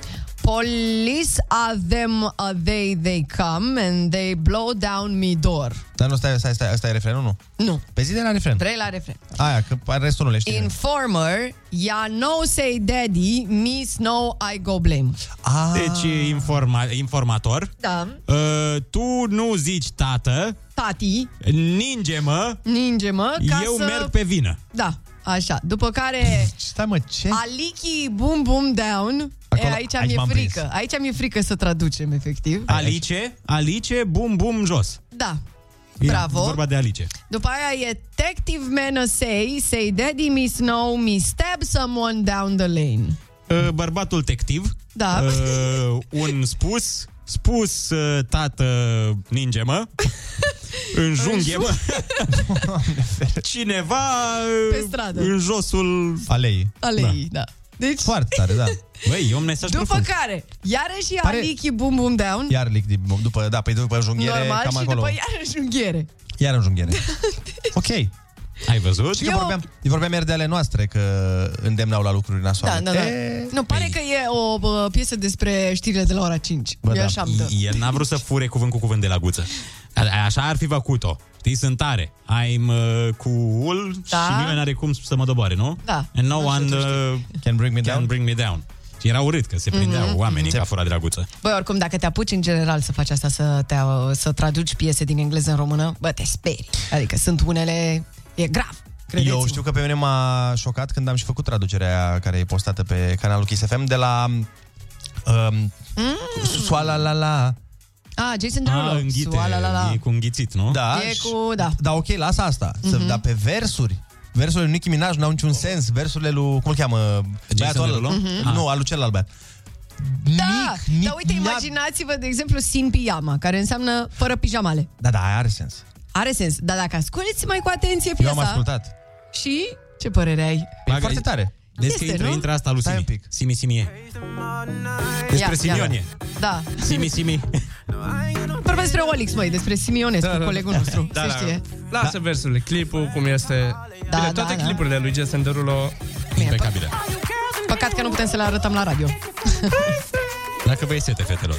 Speaker 4: Police are them, are they, they come and they blow down me door.
Speaker 2: Dar nu, stai, stai, stai, asta e refrenul, nu?
Speaker 4: Nu.
Speaker 2: Pe zi de la refren.
Speaker 4: Trei la refren.
Speaker 2: Aia, că restul nu le știu.
Speaker 4: Informer, ya no say daddy, me snow I go blame.
Speaker 2: Ah.
Speaker 3: Deci, informa- informator,
Speaker 4: Da.
Speaker 3: uh, tu nu zici tată,
Speaker 4: Tati,
Speaker 3: ninge-mă,
Speaker 4: ninge mă, ca
Speaker 3: eu
Speaker 4: să...
Speaker 3: merg pe vină.
Speaker 4: Da, așa. După care...
Speaker 3: *laughs*
Speaker 2: Stai mă, ce?
Speaker 4: Aliki boom boom down.
Speaker 3: Acolo-
Speaker 4: e, aici
Speaker 3: aici
Speaker 4: mi-e
Speaker 3: m-am prins.
Speaker 4: frică. Aici mi-e frică să traducem, efectiv.
Speaker 3: Alice, Alice, bum, bum, jos.
Speaker 4: Da. Bravo.
Speaker 3: E vorba de Alice.
Speaker 4: După aia e Detective Man Say, Say Daddy Me Snow Me Stab Someone Down the Lane.
Speaker 3: Uh, Bărbatul tectiv.
Speaker 4: Da.
Speaker 3: Uh, un spus. Spus, uh, tată, *laughs* ninge-mă. Înjunghe-mă. Cineva uh,
Speaker 4: Pe stradă.
Speaker 3: în josul... Alei.
Speaker 4: Alei, da. Deci...
Speaker 3: Foarte tare, da. Băi, e un mesaj
Speaker 4: După
Speaker 3: profund.
Speaker 4: care, iarăși e
Speaker 3: Pare-
Speaker 4: Aliki Boom Boom Down,
Speaker 2: Iar lic, din- după, da, păi după junghiere,
Speaker 4: normal,
Speaker 2: cam
Speaker 4: și
Speaker 2: acolo.
Speaker 4: după iarăși junghiere.
Speaker 2: Iar în junghiere.
Speaker 4: *laughs*
Speaker 2: ok.
Speaker 3: Ai văzut?
Speaker 2: Și că vorbeam, vorbeam ieri de ale noastre că îndemnau la lucruri Eh,
Speaker 4: Da,
Speaker 2: nasoale.
Speaker 4: da, da.
Speaker 2: E,
Speaker 4: Nu, pare că e o bă, piesă despre știrile de la ora 5.
Speaker 3: Bă,
Speaker 4: Bă, e
Speaker 3: da,
Speaker 4: așa, da.
Speaker 3: El n-a vrut să fure cuvânt cu cuvânt de la guță. A- a- Așa ar fi făcut-o. Știi, sunt tare. I'm uh, cool da. și nimeni n-are cum să mă doboare, nu?
Speaker 4: Da.
Speaker 3: And no one uh,
Speaker 2: can bring me
Speaker 3: down. Bring me down. Și era urât că se prindeau
Speaker 4: Mhm,
Speaker 3: mm-hmm. oamenii că a furat de la guță.
Speaker 4: Băi, oricum, dacă te apuci în general să faci asta, să, te, să traduci piese din engleză în română, bă, te speri. Adică sunt unele... E grav. Credeți-mă.
Speaker 2: Eu știu că pe mine m-a șocat când am și făcut traducerea aia care e postată pe canalul Kiss FM de la um, mm. Soala la la
Speaker 4: Ah, Jason Derulo. Sua, la, la, la.
Speaker 3: cu înghițit, nu?
Speaker 2: Da,
Speaker 4: E
Speaker 2: și-
Speaker 4: cu... Da.
Speaker 2: Dar ok, lasă asta. Să,
Speaker 4: Mhm.
Speaker 2: Dar pe versuri, versurile lui Nicki Minaj n-au niciun sens. Versurile lui, cum îl cheamă? Băiatul ăla?
Speaker 3: Derulo? Mhm.
Speaker 2: Nu, al lui celălalt băiat.
Speaker 4: Da, dar uite, imaginați-vă, de exemplu, sin pijama, care înseamnă fără pijamale.
Speaker 2: Da, da, aia are sens.
Speaker 4: Are sens, dar dacă asculti mai cu atenție
Speaker 2: Eu
Speaker 4: piesa...
Speaker 2: am ascultat.
Speaker 4: Și ce părere ai?
Speaker 3: Bagă- foarte
Speaker 2: tare.
Speaker 3: Deci că
Speaker 4: Este,
Speaker 3: intră,
Speaker 4: nu?
Speaker 3: intră asta lui
Speaker 4: Stai
Speaker 3: Simi. Simi, Simi e. Despre
Speaker 4: Ia, ia.
Speaker 3: Simionie.
Speaker 4: Da.
Speaker 3: Simi,
Speaker 4: *laughs*
Speaker 3: Simi.
Speaker 4: Vorbesc despre Olix, măi, despre Simionescu, da, colegul nostru, da, se știe.
Speaker 14: Lasă da. versurile, clipul, cum este... Da, Bine, toate
Speaker 4: da, da.
Speaker 14: clipurile lui Jason Derulo...
Speaker 3: Impecabile.
Speaker 4: Păcat că nu putem să le arătăm la
Speaker 3: *laughs*
Speaker 4: radio.
Speaker 3: Dacă vă e sete, fetelor.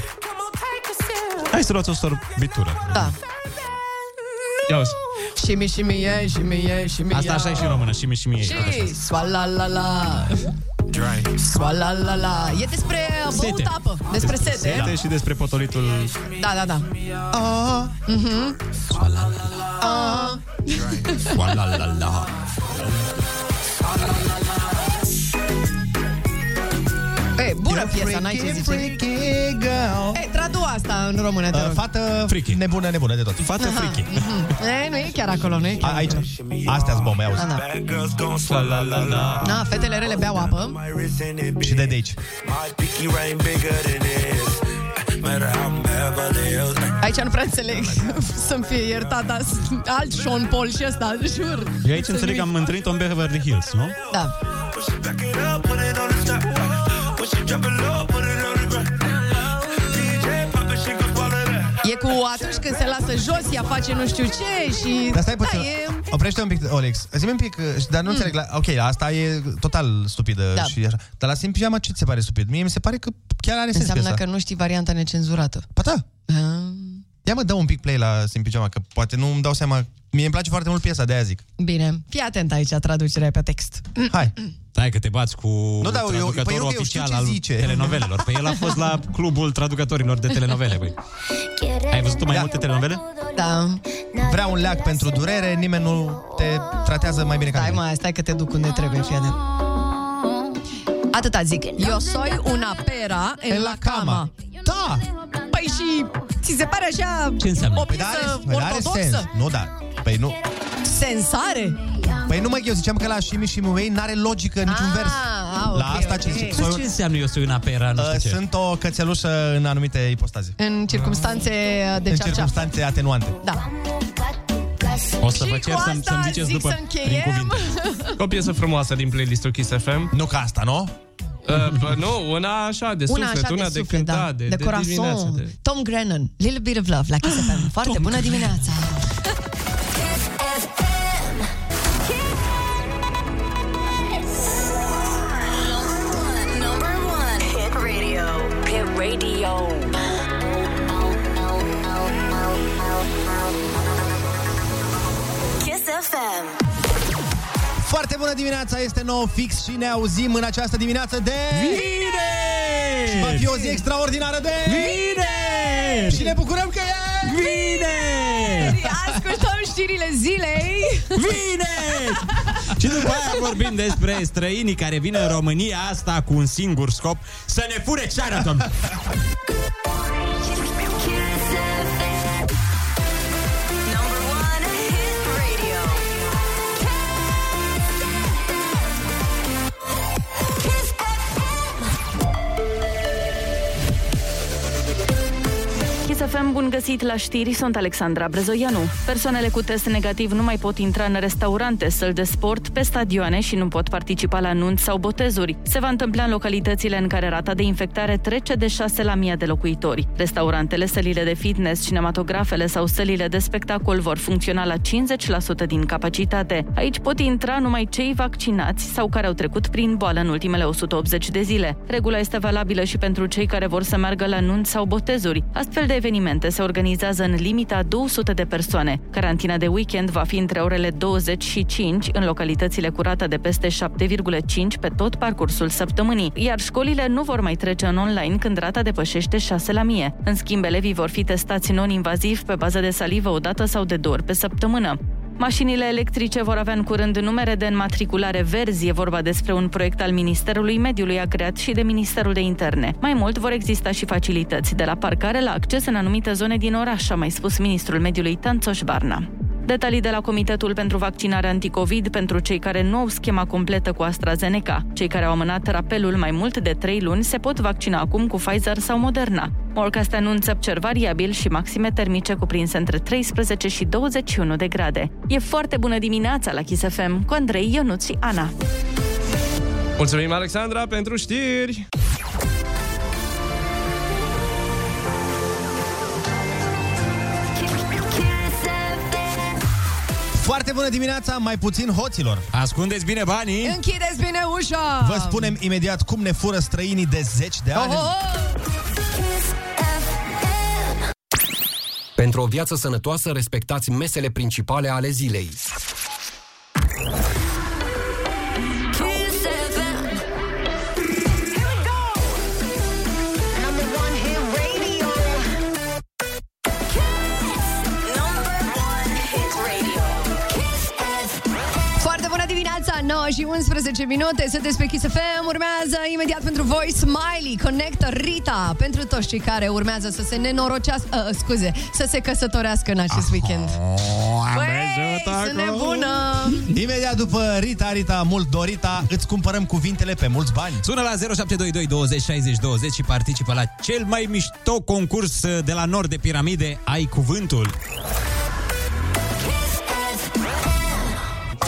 Speaker 3: Hai să luați o sorbitură.
Speaker 4: Da.
Speaker 3: Ia uzi.
Speaker 4: Și mi, și mi, e, și mi, e, și mi,
Speaker 3: Asta așa e și în română. Simi, Simi e. tot așa.
Speaker 4: Și soala la la Soala la la E despre băut apă, despre sete
Speaker 3: Sete și despre potolitul
Speaker 4: Da, da, da
Speaker 2: Ah,
Speaker 4: mhm. Ah.
Speaker 3: Oalalala.
Speaker 4: Ei, bună piesa, n-ai ce zice Ei, tradu asta în română, te
Speaker 14: Da.
Speaker 2: Uh,
Speaker 4: rog
Speaker 2: fată friki. nebună, nebună de tot. Fată
Speaker 4: Aha,
Speaker 2: friki.
Speaker 4: mhm. E, nu e chiar acolo, nu e chiar
Speaker 2: Aici,
Speaker 4: acolo.
Speaker 2: astea-s bombe, auzi.
Speaker 4: Da, da.
Speaker 2: La, la, la, la.
Speaker 4: Na, fetele rele beau apă
Speaker 2: Și de, de aici.
Speaker 4: Aici nu prea înțeleg *laughs* Să-mi fie iertat, dar sunt alt Sean Paul și ăsta, jur
Speaker 3: Eu aici înțeleg că am întâlnit-o în Beverly Hills, nu?
Speaker 4: Da E cu atunci când se lasă jos, ea face nu știu ce și...
Speaker 2: Dar stai
Speaker 4: da,
Speaker 2: puțin.
Speaker 4: e...
Speaker 2: Oprește un pic, Olex. Zi-mi un pic, uh, dar nu
Speaker 4: Mm.
Speaker 2: înțeleg. La, ok, asta e total stupidă
Speaker 4: Da.
Speaker 2: și așa. Dar la Sim Pijama ce ți se pare stupid? Mie mi se pare că chiar are sens
Speaker 4: Înseamnă
Speaker 2: piesa.
Speaker 4: că nu știi varianta necenzurată.
Speaker 2: Ba da.
Speaker 4: Ah,
Speaker 2: Ia mă, dă un pic play la Sim Pijama, că poate nu îmi dau seama. Mie îmi place foarte mult piesa, de aia zic.
Speaker 4: Bine, fii atent aici, traducerea pe text.
Speaker 2: Hai.
Speaker 3: Stai că te bați cu nu,
Speaker 2: dar eu- păi eu- eu
Speaker 3: traducătorul
Speaker 2: știu
Speaker 3: oficial
Speaker 2: ce
Speaker 3: al
Speaker 2: zice.
Speaker 3: telenovelelor. Păi el a fost la clubul traducătorilor de telenovele, băi. Ai văzut tu mai
Speaker 2: Da.
Speaker 3: multe telenovele?
Speaker 4: Da.
Speaker 2: Vrea un leac pentru durere, nimeni nu te tratează mai bine ca
Speaker 4: Stai
Speaker 2: mine.
Speaker 4: mai, stai că te duc unde trebuie, fii atent. Atâta zic. Eu soi una pera en la cama.
Speaker 2: Da!
Speaker 4: Păi și ți se pare așa
Speaker 2: Ce înseamnă?
Speaker 4: o
Speaker 2: Păi da,
Speaker 4: piesă
Speaker 2: păi da, are sens.
Speaker 4: ortodoxă?
Speaker 2: Nu, da. Păi nu.
Speaker 4: Sensare?
Speaker 2: Păi numai că eu ziceam că la Shimi și Muei n-are logică niciun vers.
Speaker 4: Ah,
Speaker 2: la asta ce zic.
Speaker 3: Păi ce înseamnă eu sunt în apera, nu
Speaker 2: Uh,
Speaker 3: știu ce?
Speaker 2: Sunt o cățelușă în anumite ipostaze.
Speaker 4: În circunstanțe de
Speaker 2: în
Speaker 4: cearceafă.
Speaker 2: circunstanțe atenuante.
Speaker 4: Da.
Speaker 3: O să
Speaker 4: Și
Speaker 3: vă
Speaker 4: cu
Speaker 3: cer să-mi,
Speaker 4: asta
Speaker 3: să-mi ziceți
Speaker 4: zic
Speaker 3: după
Speaker 4: să încheiem.
Speaker 3: prin cuvinte.
Speaker 14: O piesă frumoasă din playlistul Kiss
Speaker 4: Mhm.
Speaker 14: FM.
Speaker 2: Nu ca asta, nu?
Speaker 14: Uh, bă, nu, una așa, de suflet, una,
Speaker 4: așa
Speaker 14: de,
Speaker 4: suflet,
Speaker 14: cântat,
Speaker 4: da.
Speaker 14: de,
Speaker 4: de,
Speaker 14: dimineață.
Speaker 4: corazon.
Speaker 14: De...
Speaker 4: Tom Grennan, Little Bit of Love, la Kiss FM. Foarte bună dimineața!
Speaker 1: Number one hit radio. Hit radio. Kiss FM.
Speaker 2: Foarte bună dimineața, este nou fix și ne auzim în această dimineață de...
Speaker 3: Vineri!
Speaker 2: Și va fi o zi extraordinară de...
Speaker 3: Vineri!
Speaker 2: Și ne bucurăm că e...
Speaker 3: Vineri!
Speaker 4: Ascultăm știrile zilei!
Speaker 3: Vineri! *laughs* Și după aia vorbim despre străinii care vin în România asta cu un singur scop, să ne fure ceara, domnule!
Speaker 1: Kiss FM. Number one.
Speaker 5: Spunem bun găsit la știri, sunt Alexandra Brezoianu. Persoanele cu test negativ nu mai pot intra în restaurante, săli de sport, pe stadioane și nu pot participa la nunți sau botezuri. Se va întâmpla în localitățile în care rata de infectare trece de 6 la 1000 de locuitori. Restaurantele, sălile de fitness, cinematografele sau sălile de spectacol vor funcționa la 50% din capacitate. Aici pot intra numai cei vaccinați sau care au trecut prin boală în ultimele 180 de zile. Regula este valabilă și pentru cei care vor să meargă la nunți sau botezuri. Astfel de evenimente se organizează în limita 200 de persoane. Carantina de weekend va fi între orele 25 în localitățile cu rata de peste 7,5 pe tot parcursul săptămânii, iar școlile nu vor mai trece în online când rata depășește 6 la mie. În schimb, elevii vor fi testați non-invaziv pe bază de salivă o dată sau de două ori pe săptămână. Mașinile electrice vor avea în curând numere de înmatriculare verzi. E vorba despre un proiect al Ministerului Mediului, a creat și de Ministerul de Interne. Mai mult, vor exista și facilități de la parcare la acces în anumite zone din oraș, a mai spus Ministrul Mediului Tanțoș Barna. Detalii de la Comitetul pentru Vaccinare Anticovid pentru cei care nu au schema completă cu AstraZeneca. Cei care au amânat rapelul mai mult de 3 luni se pot vaccina acum cu Pfizer sau Moderna. Morcast anunță cer variabil și maxime termice cuprinse între 13 și 21 de grade. E foarte bună dimineața la Kiss FM cu Andrei, Ionuț și Ana.
Speaker 14: Mulțumim, Alexandra, pentru știri!
Speaker 2: Foarte bună dimineața, mai puțin hoților.
Speaker 3: Ascundeți bine banii.
Speaker 4: Închideți bine ușa!
Speaker 2: Vă spunem imediat cum ne fură străinii de zeci de ani.
Speaker 4: Oh, oh, oh!
Speaker 21: Pentru o viață sănătoasă, respectați mesele principale ale zilei.
Speaker 1: Kiss FM. Here we go. Number one hit radio. Kiss. Number one hit radio. Kiss FM.
Speaker 4: Foarte bună dimineața, 9 și 11 minute, sunteți pe Kiss FM, urmează imediat pentru voi Smiley, Connect Rita, pentru toți cei care urmează să se nenorocească, uh, scuze, să se căsătorească în acest weekend. Băi, sunt nebună!
Speaker 2: Imediat după Rita, Rita, mult dorita, îți cumpărăm cuvintele pe mulți bani.
Speaker 3: Sună la 0722 20 60 20 și participă la cel mai mișto concurs uh, de la Nord de Piramide, Ai Cuvântul.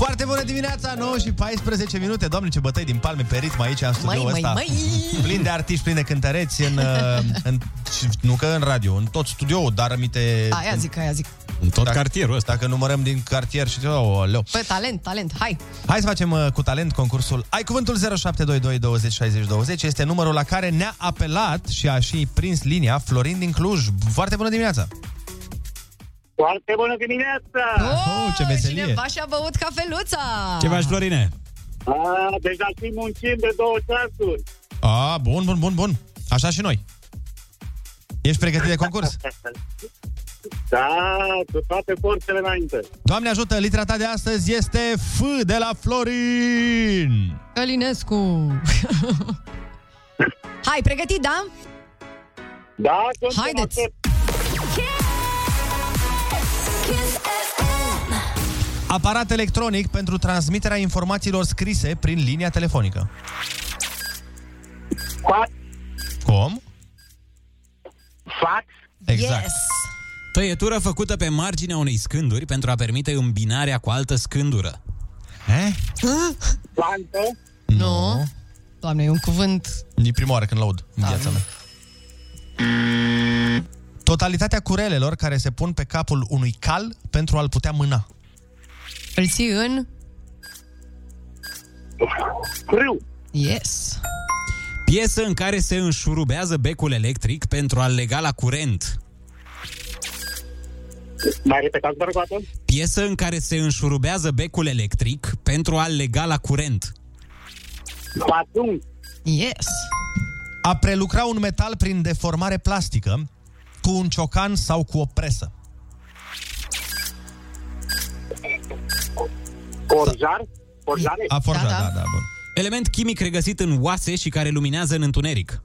Speaker 2: Foarte bună dimineața, 9 și 14 minute. Doamne, ce bătăi din palme pe ritm aici în studioul
Speaker 4: Măi, măi,
Speaker 2: ăsta.
Speaker 4: măi!
Speaker 2: Plin de artiști, plin de cântăreți în, uh, în, și nu că în radio, în tot studioul, dar amite...
Speaker 4: Aia zic, aia zic.
Speaker 2: În tot dacă, cartierul ăsta. Dacă numărăm din cartier și... Oh, leu.
Speaker 4: Păi, talent, talent, hai!
Speaker 2: Hai să facem uh, cu talent concursul Ai cuvântul 0722 20 60 20 Este numărul la care ne-a apelat și a și prins linia Florin din Cluj Foarte bună dimineața!
Speaker 18: Foarte bună dimineața!
Speaker 2: Oh, ce veselie!
Speaker 4: Cineva și-a băut cafeluța!
Speaker 3: Ce faci, Florine?
Speaker 18: A, deja și muncim de două ceasuri.
Speaker 2: A, bun, bun, bun, bun Așa și noi Ești pregătit de concurs?
Speaker 18: Da, cu toate forțele înainte.
Speaker 2: Doamne ajută, litera ta de astăzi este F de la Florin *laughs*
Speaker 4: Călinescu! hai, pregătit, da?
Speaker 18: Da,
Speaker 4: Haideți!
Speaker 1: Kiss FM.
Speaker 2: Aparat electronic pentru transmiterea informațiilor scrise prin linia telefonică
Speaker 18: Fax,
Speaker 2: Cum?
Speaker 18: fax,
Speaker 2: Exact
Speaker 4: yes.
Speaker 3: Tăietură făcută pe marginea unei scânduri pentru a permite îmbinarea cu altă scândură.
Speaker 2: Eh?
Speaker 18: bancă,
Speaker 4: Nu. No. Doamne, e un cuvânt...
Speaker 2: E prima oară când laud în viața mea Totalitatea curelelor care se pun pe capul unui cal pentru a-l putea mâna
Speaker 4: Îl ții în...
Speaker 18: râu,
Speaker 4: Yes.
Speaker 3: Piesă în care se înșurubează becul electric pentru a-l lega la curent.
Speaker 18: mai repetați, vă rog, o dată?
Speaker 3: Piesă în care se înșurubează becul electric pentru a-l lega la curent.
Speaker 18: Patung,
Speaker 4: Yes.
Speaker 2: A prelucra un metal prin deformare plastică cu un ciocan sau cu o presă.
Speaker 18: orjar, orjare,
Speaker 2: A forjat,
Speaker 4: Da,
Speaker 2: da,
Speaker 4: da.
Speaker 2: da, da, bun.
Speaker 3: Element chimic regăsit în oase și care luminează în întuneric.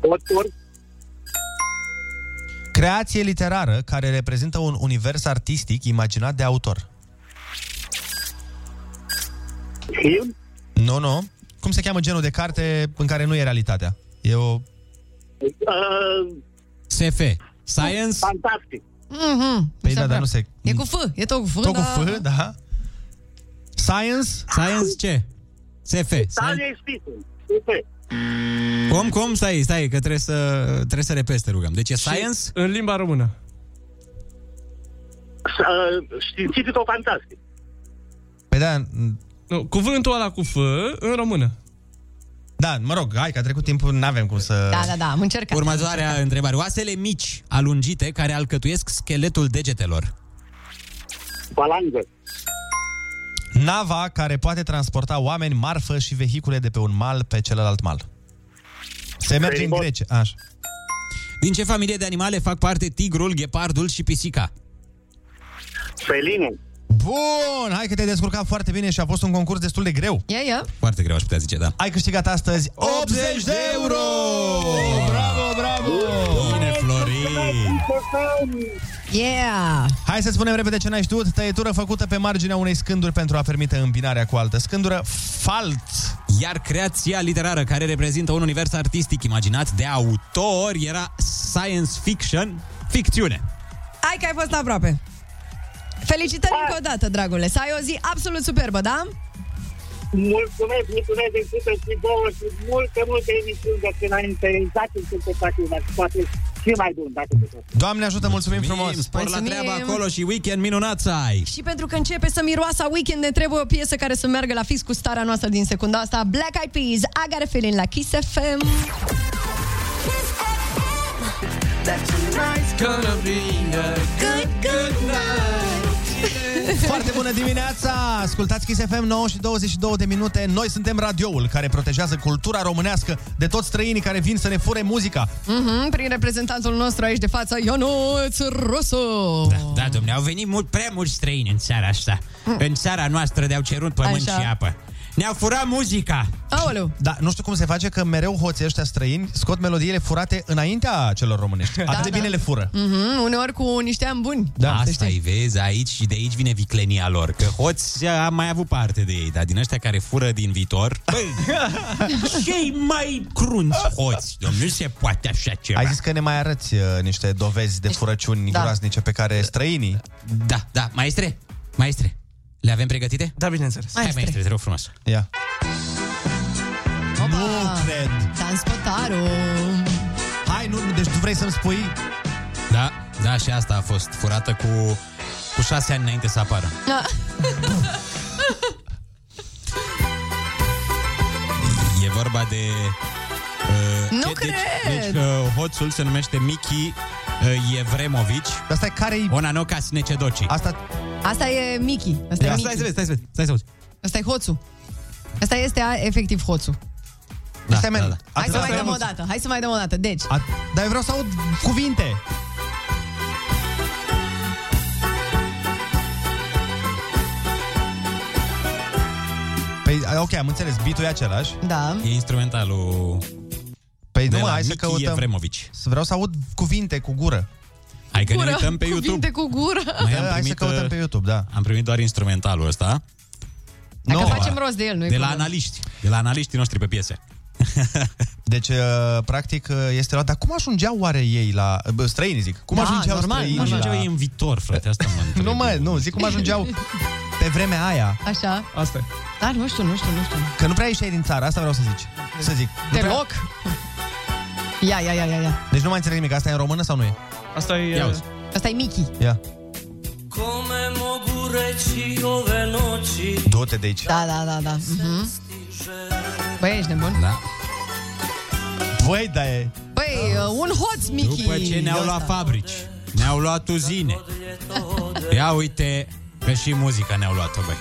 Speaker 18: poturi,
Speaker 2: Creație literară care reprezintă un univers artistic imaginat de autor.
Speaker 18: film,
Speaker 2: Nu, nu. Cum se cheamă genul de carte în care nu e realitatea? E o...
Speaker 18: uh,
Speaker 3: SF. Science.
Speaker 18: Fantastic.
Speaker 4: Mm-hmm.
Speaker 2: Păi da, dar nu se...
Speaker 4: E cu F, e tot cu F.
Speaker 2: Tot cu
Speaker 4: dar-
Speaker 2: F, da. Science?
Speaker 3: Science ce? SF.
Speaker 18: Science speaking. Super.
Speaker 3: Cum, cum? Stai, stai, că trebuie să, trebuie să repezi, te rugăm. Deci e science?
Speaker 14: În limba română.
Speaker 18: Uh, Științifico-fantastic.
Speaker 2: Păi da...
Speaker 14: Nu, cuvântul ăla cu F în română.
Speaker 2: Da, mă rog, hai că a trecut timpul, n-avem cum să...
Speaker 4: Da, da, da, am încercat.
Speaker 3: Următoarea întrebare. Oasele mici, alungite, care alcătuiesc scheletul degetelor.
Speaker 18: Balangă.
Speaker 2: Nava care poate transporta oameni, marfă și vehicule de pe un mal pe celălalt mal. Se merge în Grecia, așa.
Speaker 3: Din ce familie de animale fac parte tigrul, ghepardul și pisica?
Speaker 18: Feline.
Speaker 2: Bun, hai că te-ai descurcat foarte bine și a fost un concurs destul de greu.
Speaker 4: Ia, ia.
Speaker 3: Foarte greu, aș putea zice, da.
Speaker 2: Ai câștigat astăzi 80 de euro! Bravo, bravo!
Speaker 3: Bine, Florin!
Speaker 4: Yeah!
Speaker 2: Hai să spunem repede ce n-ai știut. Tăietură făcută pe marginea unei scânduri pentru a permite îmbinarea cu altă scândură. Falt!
Speaker 3: Iar creația literară care reprezintă un univers artistic imaginat de autor era science fiction, ficțiune.
Speaker 4: Hai că ai fost aproape. Felicitări încă o dată, dragule. Să ai o zi absolut superbă, da?
Speaker 9: Mulțumesc, mulțumesc din suflet și două și multe, multe emisiuni de când înainte. Exact în ce faci, dar poate și mai bun, dacă te pot.
Speaker 2: Doamne ajută, mulțumim, frumos!
Speaker 3: Spor la
Speaker 4: Mulțumim.
Speaker 3: treabă acolo și weekend minunat să ai!
Speaker 4: Și pentru că începe să miroasa weekend, ne trebuie o piesă care să meargă la fix cu starea noastră din secunda asta. Black Eyed Peas, I got a feeling la Kiss FM.
Speaker 1: That tonight's
Speaker 14: gonna
Speaker 3: Da,
Speaker 14: be a
Speaker 1: good, good night.
Speaker 2: Foarte bună dimineața! Ascultați Kiss FM 9 și 22 de minute. Noi suntem radioul care protejează cultura românească de toți străinii care vin să ne fure muzica.
Speaker 4: Mhm, prin reprezentantul nostru aici de față, Ionuț Rusu. Da.
Speaker 3: Da, domne, au venit mult, prea mulți străini în țara asta. Mm. În țara noastră de-au cerut pământ
Speaker 4: Așa.
Speaker 3: și apă. Ne-au furat muzica!
Speaker 4: Aoleu.
Speaker 2: Da, nu știu cum se face că mereu hoții ăștia străini scot melodiile furate înaintea celor românești. Atât de
Speaker 4: da.
Speaker 2: bine le fură.
Speaker 4: Mhm, uneori cu niște ani buni.
Speaker 3: Da, Asta îi vezi aici și de aici vine viclenia lor Că hoți a mai avut parte de ei Dar din ăștia care fură din viitor bă, Cei mai crunți hoți Domnul, nu se poate așa ceva
Speaker 2: Ai zis că ne mai arăți uh, Da. niște dovezi de furăciuni da.
Speaker 3: Da.
Speaker 2: groaznice pe care străinii...
Speaker 3: Da, da, maestre, maestre Le avem pregătite?
Speaker 14: Da, bineînțeles
Speaker 3: Hai, maestre, te rog frumos
Speaker 2: Ia.
Speaker 4: Opa. Nu
Speaker 2: cred.
Speaker 4: Transportaru.
Speaker 2: Hai, nu, nu, deci tu vrei să-mi spui...
Speaker 3: Da, da, și asta a fost furată cu, cu șase ani înainte să apară
Speaker 4: Da.
Speaker 3: E vorba de... Uh,
Speaker 4: Nu
Speaker 3: ce-
Speaker 4: cred!
Speaker 3: Deci, deci uh, hoțul se numește Miki uh, Evremovici
Speaker 2: Asta care-i...
Speaker 3: Onanoka Snecedoci
Speaker 2: Asta...
Speaker 4: Asta e Michi. Asta e
Speaker 3: Ia,
Speaker 4: Michi.
Speaker 3: stai să vezi, stai să vezi, stai să auzi.
Speaker 4: Asta e hoțul. Asta este a, efectiv hoțul.
Speaker 3: Da,
Speaker 2: Stai,
Speaker 3: da, da.
Speaker 4: Hai să mai
Speaker 2: Asta
Speaker 4: dăm
Speaker 2: e
Speaker 4: o
Speaker 2: hoțul.
Speaker 4: dată. Hai să mai dăm o dată. Deci,
Speaker 2: A, dar eu vreau să aud cuvinte. Păi, a, ok, am înțeles, beat-ul e același.
Speaker 4: da.
Speaker 3: E instrumentalul
Speaker 2: Păi
Speaker 3: de
Speaker 2: nu, mă,
Speaker 3: la
Speaker 2: hai să
Speaker 3: Miki
Speaker 2: căutăm.
Speaker 3: Evremovici.
Speaker 2: Vreau să aud cuvinte cu gură.
Speaker 3: Hai că ne
Speaker 4: Gură.
Speaker 3: uităm pe
Speaker 4: Cuvinte
Speaker 3: YouTube.
Speaker 4: cu gură.
Speaker 3: Mai
Speaker 2: Da, hai să
Speaker 3: uh,
Speaker 2: căutăm pe YouTube, da.
Speaker 3: am primit doar instrumentalul ăsta.
Speaker 4: Dacă
Speaker 2: Nouă.
Speaker 4: facem rost de el, nu-i
Speaker 3: de la
Speaker 4: problemă.
Speaker 3: analiști. De la analiștii noștri pe piese.
Speaker 2: Deci, uh, practic, uh, este luat. Dar cum ajungeau oare ei la... uh, Bă, străinii, zic. Cum
Speaker 4: Da,
Speaker 2: ajungeau
Speaker 4: normal,
Speaker 2: străinii
Speaker 3: Cum ajungeau
Speaker 2: la...
Speaker 3: ei în viitor, frate, asta mă întreb.
Speaker 2: *laughs* Nu, mă, nu, zic cum
Speaker 3: *laughs*
Speaker 2: ajungeau pe vremea aia.
Speaker 4: Așa.
Speaker 14: Asta e.
Speaker 4: Dar nu știu, nu știu, nu știu.
Speaker 2: Că nu prea ieșeai din țară, asta vreau să zici. Să zic. Nu prea-
Speaker 4: Deloc. Ia, ia, ia, ia, ia.
Speaker 2: Deci nu mai înțeleg nimic, asta e în română sau nu e?
Speaker 14: Asta e...
Speaker 3: Ia uzi.
Speaker 4: Asta e Michi.
Speaker 2: Ia.
Speaker 1: Come mogurecio veloci.
Speaker 2: Du-te de aici.
Speaker 4: Da, da, da, da. Mhm. Băi, ești nebun?
Speaker 3: Da.
Speaker 2: Voi, da e.
Speaker 4: Băi, uh, un hoț, Michi.
Speaker 3: După ce ne-au luat fabrici, ne-au luat uzine. Ia uite că și muzica ne-au luat-o, băi.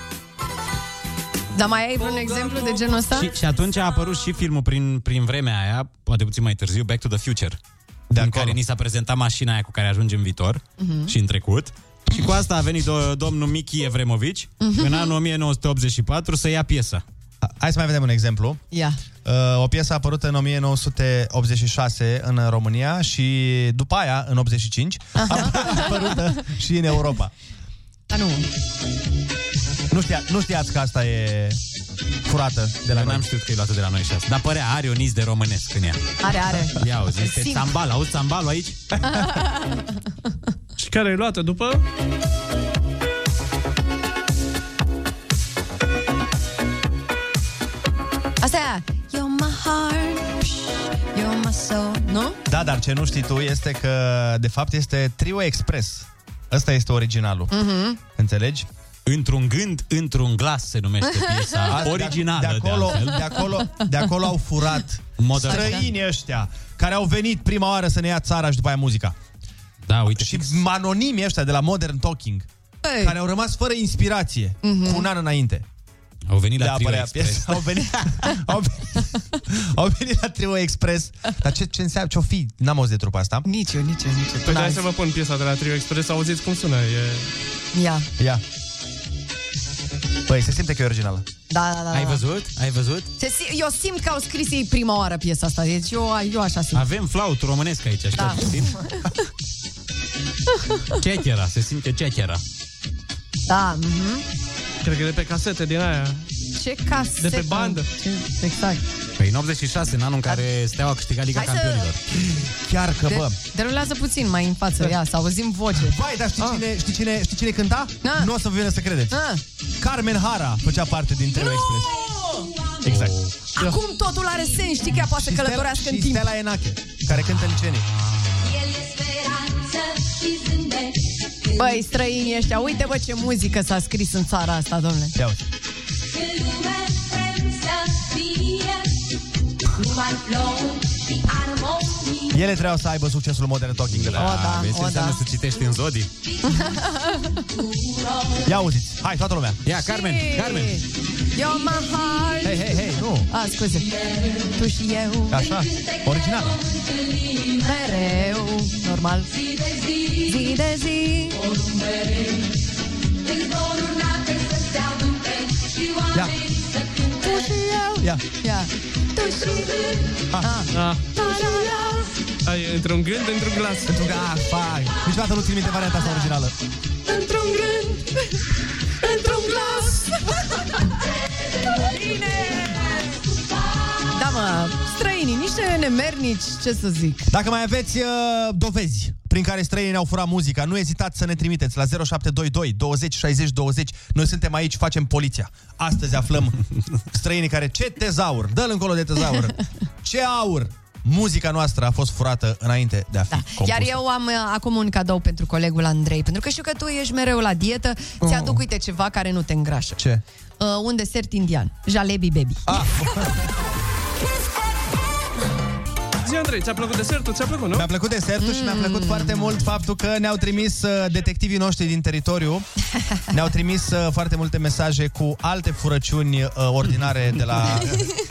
Speaker 4: Dar mai ai vreun exemplu de genul ăsta?
Speaker 3: Și, și atunci a apărut și filmul prin, prin vremea aia, poate puțin mai târziu, Back to the Future.
Speaker 2: De
Speaker 3: De în
Speaker 2: acolo.
Speaker 3: care ni s-a prezentat mașina aia cu care ajungem în viitor uh-huh. și în trecut. Și cu asta a venit do- domnul Michi Evremovici uh-huh. în anul 1984 să ia piesa.
Speaker 2: Hai să mai vedem un exemplu.
Speaker 4: Ia.
Speaker 2: Uh, O piesă apărută în 1986 în România și după aia, în 85, a apărută și în Europa.
Speaker 4: Dar nu.
Speaker 2: Nu, știa, nu știați că asta e... furată de la
Speaker 3: Eu n-am știut că e luată de la noi și asta. Dar părea, are un iz de românesc în ea.
Speaker 4: Are, are.
Speaker 3: Ia auzi, este
Speaker 4: Simt.
Speaker 3: țambal. Auzi țambalul aici?
Speaker 14: Și care e luată după?
Speaker 4: Asta e aia. You're my heart, you're my soul, nu?
Speaker 2: Da, dar ce nu știi tu este că, de fapt, este Trio Express. Ăsta este originalul.
Speaker 4: Mhm.
Speaker 2: Înțelegi?
Speaker 3: Într-un gând, într-un glas se numește
Speaker 2: *laughs*
Speaker 3: piesa originală,
Speaker 2: De,
Speaker 3: de
Speaker 2: acolo, de,
Speaker 3: altfel.
Speaker 2: acolo, de acolo au furat
Speaker 3: Modern.
Speaker 2: străinii ăștia care au venit prima oară să ne ia țara și după aia muzica.
Speaker 3: Da, uite.
Speaker 2: Și anonimii ăștia de la Modern Talking,
Speaker 4: Ei.
Speaker 2: care au rămas fără inspirație
Speaker 4: Mhm.
Speaker 2: cu un an înainte.
Speaker 3: Au venit la
Speaker 2: de a
Speaker 3: Trio
Speaker 2: apărea
Speaker 3: Express.
Speaker 2: piesa. Au venit, au, venit, au venit la Trio Express. Dar ce, ce înseamnă? Ce-o fi? N-am auzit de trupa asta.
Speaker 4: Nici eu, nici eu, nici eu.
Speaker 14: Păi hai să vă pun piesa de la Trio Express, auziți cum sună. E...
Speaker 4: Ia.
Speaker 2: Ia. Păi, se simte că e originală.
Speaker 4: Da, da, da. da.
Speaker 3: văzut? Ai văzut?
Speaker 4: Se, sim- eu simt că au scris ei prima oară piesa asta, deci eu, eu așa simt.
Speaker 3: Avem flaut românesc aici, știi?
Speaker 4: Da.
Speaker 3: Cechera, se simte cechera.
Speaker 4: Da, mhm.
Speaker 14: Cred că de pe casete din aia.
Speaker 4: Ce casă.
Speaker 14: De pe bandă.
Speaker 4: Exact.
Speaker 3: Păi în 86, în anul în care Steaua a câștigat Liga
Speaker 4: Hai să-
Speaker 3: Campionilor.
Speaker 2: Chiar că,
Speaker 4: De- Derulează puțin mai în față, ia, să auzim
Speaker 2: *laughs*
Speaker 4: voce.
Speaker 2: Vai, dar
Speaker 4: Ah.
Speaker 2: știi, cine, știi, cine, știi cine cânta?
Speaker 4: Da.
Speaker 2: Nu o să vă vină să credeți. Carmen Hara făcea parte din Trio Express. Exact.
Speaker 4: Acum totul are sens, știi că ea poate să călătorească în timp.
Speaker 2: Stella Enache, care cântă licenii.
Speaker 4: Băi, străinii ăștia, uite bă ce muzică s-a scris în țara asta, domnule.
Speaker 2: Ia uite. Ele trebuiau să aibă succesul Modern Talking de fapt.
Speaker 3: Da, vezi ce înseamnă să citești în zodii?
Speaker 2: Ia auziți, hai toată lumea.
Speaker 3: Ia, Carmen, Carmen.
Speaker 4: Yo, my heart.
Speaker 2: Hei, hei, hei, nu.
Speaker 4: A, scuze. Tu și eu.
Speaker 2: Așa, original.
Speaker 4: Mereu, normal. Zi de zi.
Speaker 2: Ia.
Speaker 4: Tu și eu.
Speaker 2: Ia.
Speaker 4: Ia. Tu și
Speaker 2: Ah.
Speaker 14: Ah.
Speaker 4: eu.
Speaker 14: Ai, într-un gând, într-un glas.
Speaker 2: Pentru că, ah, fac. Niciodată nu țin minte varianta asta originală.
Speaker 4: Într-un gând, într-un glas Bine! Da, mă, străinii, niște nemernici, ce să zic
Speaker 2: Dacă mai aveți uh, dovezi prin care străinii ne-au furat muzica, nu ezitați să ne trimiteți la 0722 20 60 20. Noi suntem aici, facem poliția. Astăzi
Speaker 4: *laughs*
Speaker 2: aflăm străinii care ce tezaur, dă-l încolo de
Speaker 4: *laughs*
Speaker 2: tezaur, ce aur. Muzica noastră a fost furată înainte de a fi da. compusă.
Speaker 4: Iar eu am uh, acum un cadou pentru colegul Andrei Pentru că știu că tu ești mereu la dietă Ți-aduc, uite, ceva care nu te îngrașă
Speaker 2: Ce?
Speaker 4: Uh, un desert indian, jalebi baby ah.
Speaker 14: Zi, Andrei, ți-a plăcut desertul? Ți-a plăcut, nu?
Speaker 2: Mi-a plăcut desertul mm. și mi-a plăcut foarte mult faptul că ne-au trimis uh, detectivii noștri din teritoriu, ne-au trimis uh, foarte multe mesaje cu alte furăciuni uh, ordinare de la,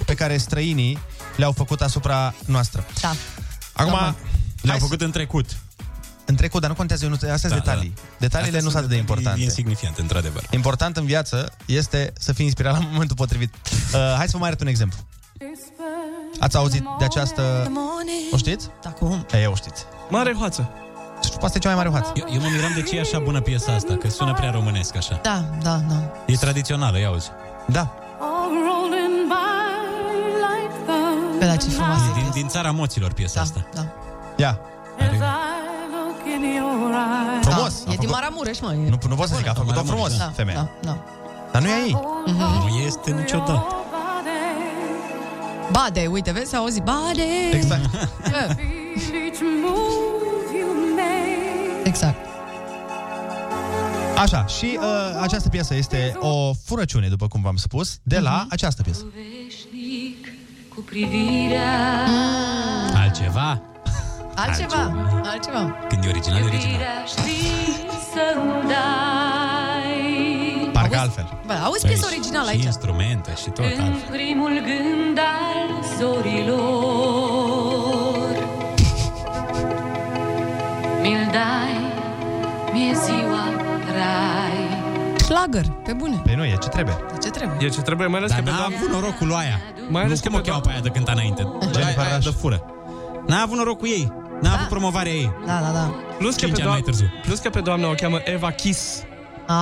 Speaker 2: pe care străinii le-au făcut asupra noastră.
Speaker 4: Da,
Speaker 2: Acum,
Speaker 3: Da, mă.
Speaker 2: hai
Speaker 3: Le-au făcut în trecut.
Speaker 2: În trecut, dar nu contează, eu nu, astea sunt
Speaker 3: Da, da,
Speaker 2: detalii.
Speaker 3: da.
Speaker 2: Detaliile
Speaker 3: Astea
Speaker 2: nu sunt atât de importante.
Speaker 3: Insignifiant, într-adevăr.
Speaker 2: Important în viață este să fii inspirat la momentul potrivit. Uh, hai să vă mai arăt un exemplu. Ați auzit de această... O știți?
Speaker 4: Da, cum?
Speaker 2: E, o știți.
Speaker 14: Mare hoață.
Speaker 2: Știu, asta e cea mai mare hoață.
Speaker 3: Eu, eu mă miram de ce e așa bună piesa asta, că sună prea românesc așa.
Speaker 4: da, da, da
Speaker 3: E tradițională, ia auzi.
Speaker 2: Da.
Speaker 4: Pe la ce frumoasă
Speaker 3: E din, din țara moților piesa
Speaker 4: Da.
Speaker 3: asta.
Speaker 2: Ia. Frumos.
Speaker 4: da, E din Maramureș, mă e...
Speaker 2: Nu, nu pot să zic, a făcut-o frumos,
Speaker 4: da,
Speaker 2: femeia.
Speaker 4: da, da.
Speaker 2: Dar nu e a ei.
Speaker 4: Ah.
Speaker 3: Nu este niciodată.
Speaker 4: Bade, uite, vezi, s-a auzit Bade
Speaker 2: Exact.
Speaker 4: Da. Exact
Speaker 2: Așa, și uh, această piesă este o furăciune, după cum v-am spus, de
Speaker 4: Mhm.
Speaker 2: la această piesă.
Speaker 3: Altceva?
Speaker 4: Altceva, altceva.
Speaker 3: Când e original, e original. Parcă altfel.
Speaker 4: Bă, auzi piesa
Speaker 3: Păi, și-
Speaker 4: originală
Speaker 3: Și
Speaker 4: aici.
Speaker 3: instrumente și tot altfel.
Speaker 1: primul gând al zorilor Mi-l dai, mie ziua rai
Speaker 4: Schlager, pe bune.
Speaker 2: Păi nu, e ce trebuie.
Speaker 4: De ce trebuie?
Speaker 14: E ce trebuie, mai ales
Speaker 3: Dar
Speaker 14: că pe
Speaker 3: n-a
Speaker 14: doamna...
Speaker 3: avut noroc cu aia.
Speaker 14: Mai
Speaker 3: Nu
Speaker 14: ales
Speaker 3: cum
Speaker 14: că
Speaker 3: o
Speaker 14: pe
Speaker 3: cheamă pe aia de cânta înainte. Aia- Aia de fură. N-a avut noroc cu ei. N-a avut promovarea ei.
Speaker 4: Da, da, da.
Speaker 14: Plus că,
Speaker 3: Cinci
Speaker 14: pe
Speaker 3: ani mai
Speaker 14: doamna,
Speaker 3: târziu.
Speaker 14: plus că pe doamna o cheamă Eva Kiss.
Speaker 4: A,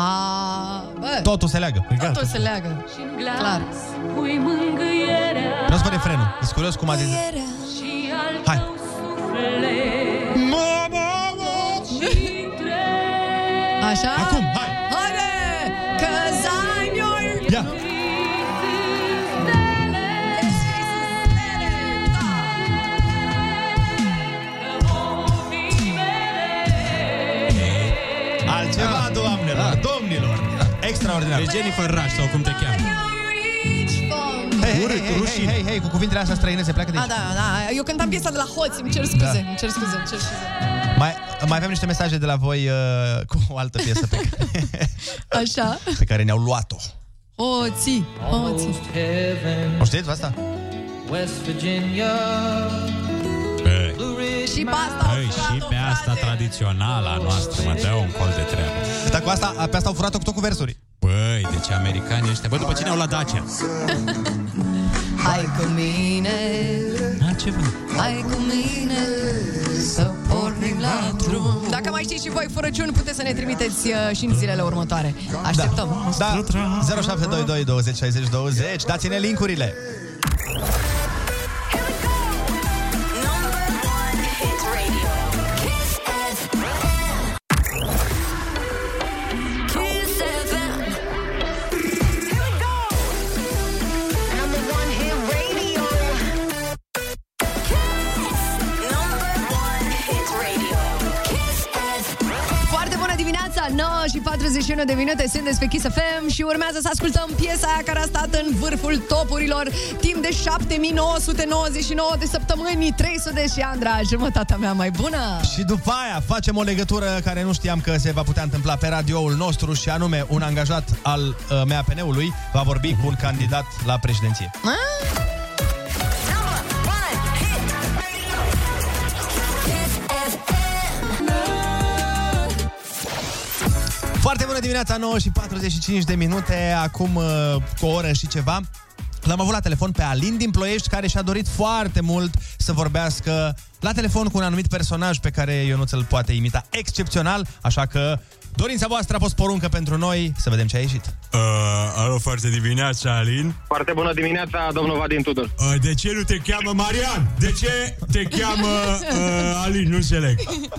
Speaker 4: bă,
Speaker 2: Totul se leagă.
Speaker 4: totul se leagă. Clar.
Speaker 1: Pui mângâierea
Speaker 2: Vreau să văd refrenul. Sunt curios cum a zis.
Speaker 1: și al
Speaker 2: Hai.
Speaker 1: tău suflet. Și
Speaker 4: Așa? Acum, hai! Haide! Cause I'm your... Ia! Da.
Speaker 2: Altceva, doamnelor, domnilor. Extraordinar.
Speaker 4: Păi-
Speaker 8: De Jennifer Rush sau cum te cheamă.
Speaker 2: Hei, hei, hei, hei, hei, hei, cu cuvintele astea străine se pleacă de
Speaker 4: A,
Speaker 2: aici.
Speaker 4: da, da, eu cântam piesa de la Hoți, îmi cer scuze,
Speaker 2: Da.
Speaker 4: îmi cer scuze, îmi cer scuze.
Speaker 2: Mai, mai avem niște mesaje de la voi uh, cu o altă piesă pe,
Speaker 4: Așa.
Speaker 2: pe care ne-au luat-o.
Speaker 4: Hoții, hoții.
Speaker 2: O știți asta?
Speaker 1: West Virginia
Speaker 4: Și pe asta
Speaker 8: Băi, și pe asta tradițională a noastră mă dă un col de treabă.
Speaker 2: Dar cu asta, pe asta au furat-o cu tot cu versuri.
Speaker 8: Băi, deci americanii ăștia, bă, după cine au luat Dacia?
Speaker 4: Hai cu mine,
Speaker 8: Altceva.
Speaker 4: hai cu mine, să pornim la drum. Dacă mai știți și voi furăciuni, puteți să ne trimiteți uh, și în zilele următoare. Așteptăm.
Speaker 2: Da, 0722 20 60 20. Dați-ne linkurile.
Speaker 1: Hit Radio Kiss FM Kiss FM Here we go Number one hit radio Kiss Number one hit radio Kiss FM
Speaker 4: Foarte bună dimineața, 9 și 41 de minute sunt despre Kiss FM și urmează să ascultăm piesa aia care a stat în vârful topurilor timp de 7999 de săptămâni, 300 și Andra, jumătatea mea mai bună.
Speaker 2: Și după aia facem o legătură care nu știam că se va putea întâmpla pe radioul nostru și anume un angajat al uh, MAPN-ului va vorbi cu un candidat la președinție. Foarte bună dimineața, 9 și 45 de minute, acum uh, cu o oră și ceva. L-am avut la telefon pe Alin din Ploiești, care și-a dorit foarte mult să vorbească la telefon cu un anumit personaj pe care eu nu ți-l poate imita excepțional, așa că dorința voastră a fost poruncă pentru noi, să vedem ce a ieșit.
Speaker 8: Uh, alo, foarte dimineața, Alin.
Speaker 11: Foarte bună dimineața, domnul Vadim Tudor.
Speaker 8: Uh, de ce nu te cheamă Marian? De ce te cheamă uh, Alin? Nu înțeleg.
Speaker 11: Uh,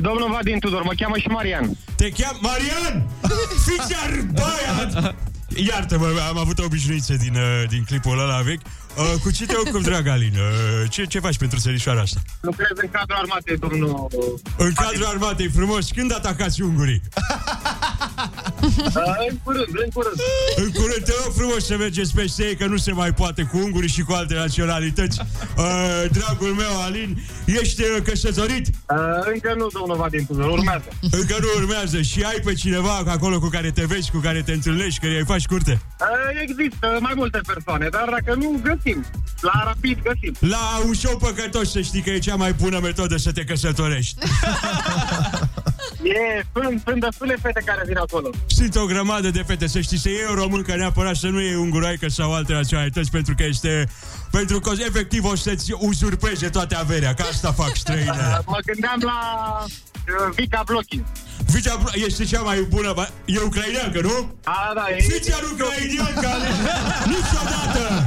Speaker 11: domnul Vadim Tudor, mă cheamă și Marian.
Speaker 8: Te cheamă Marian? Fițar băiat! Iartă-mă, am avut o obișnuință din, uh, din clipul ăla vechi. Uh, cu ce te ocupi, dragă Alin? Uh, ce, ce faci pentru țărișoara asta?
Speaker 11: Lucrez în cadrul armatei, domnul...
Speaker 8: În cadrul armatei, frumos. Când atacați ungurii?
Speaker 11: Uh, în curând, în curând.
Speaker 8: În curând, te rog frumos să mergeți peste ei, că nu se mai poate cu ungurii și cu alte naționalități. Uh, dragul meu, Alin, ești uh, căsătorit?
Speaker 11: Uh, încă nu, domnul Vadim Tudor, urmează.
Speaker 8: Încă nu urmează și ai pe cineva acolo cu care te vezi, cu care te întâlnești, care îi faci curte?
Speaker 11: Uh, există mai multe persoane, dar dacă nu, găsim. La rapid găsim.
Speaker 8: La un show păcătos să știi că e cea mai bună metodă să te căsătorești.
Speaker 11: E, sunt, sunt destule fete care vin acolo.
Speaker 8: Sunt o grămadă de fete, să știi, să iei un român că neapărat să nu iei unguroaică sau alte naționalități, pentru că este... Pentru că efectiv o să-ți uzurpeze toată averea, că asta fac străinele.
Speaker 11: Uh, mă gândeam la uh, Vica Blochin.
Speaker 8: Vicea Bro- este cea mai bună, ba- e ucraineancă, nu?
Speaker 11: A, da, e...
Speaker 8: Vicea ucraineancă, niciodată!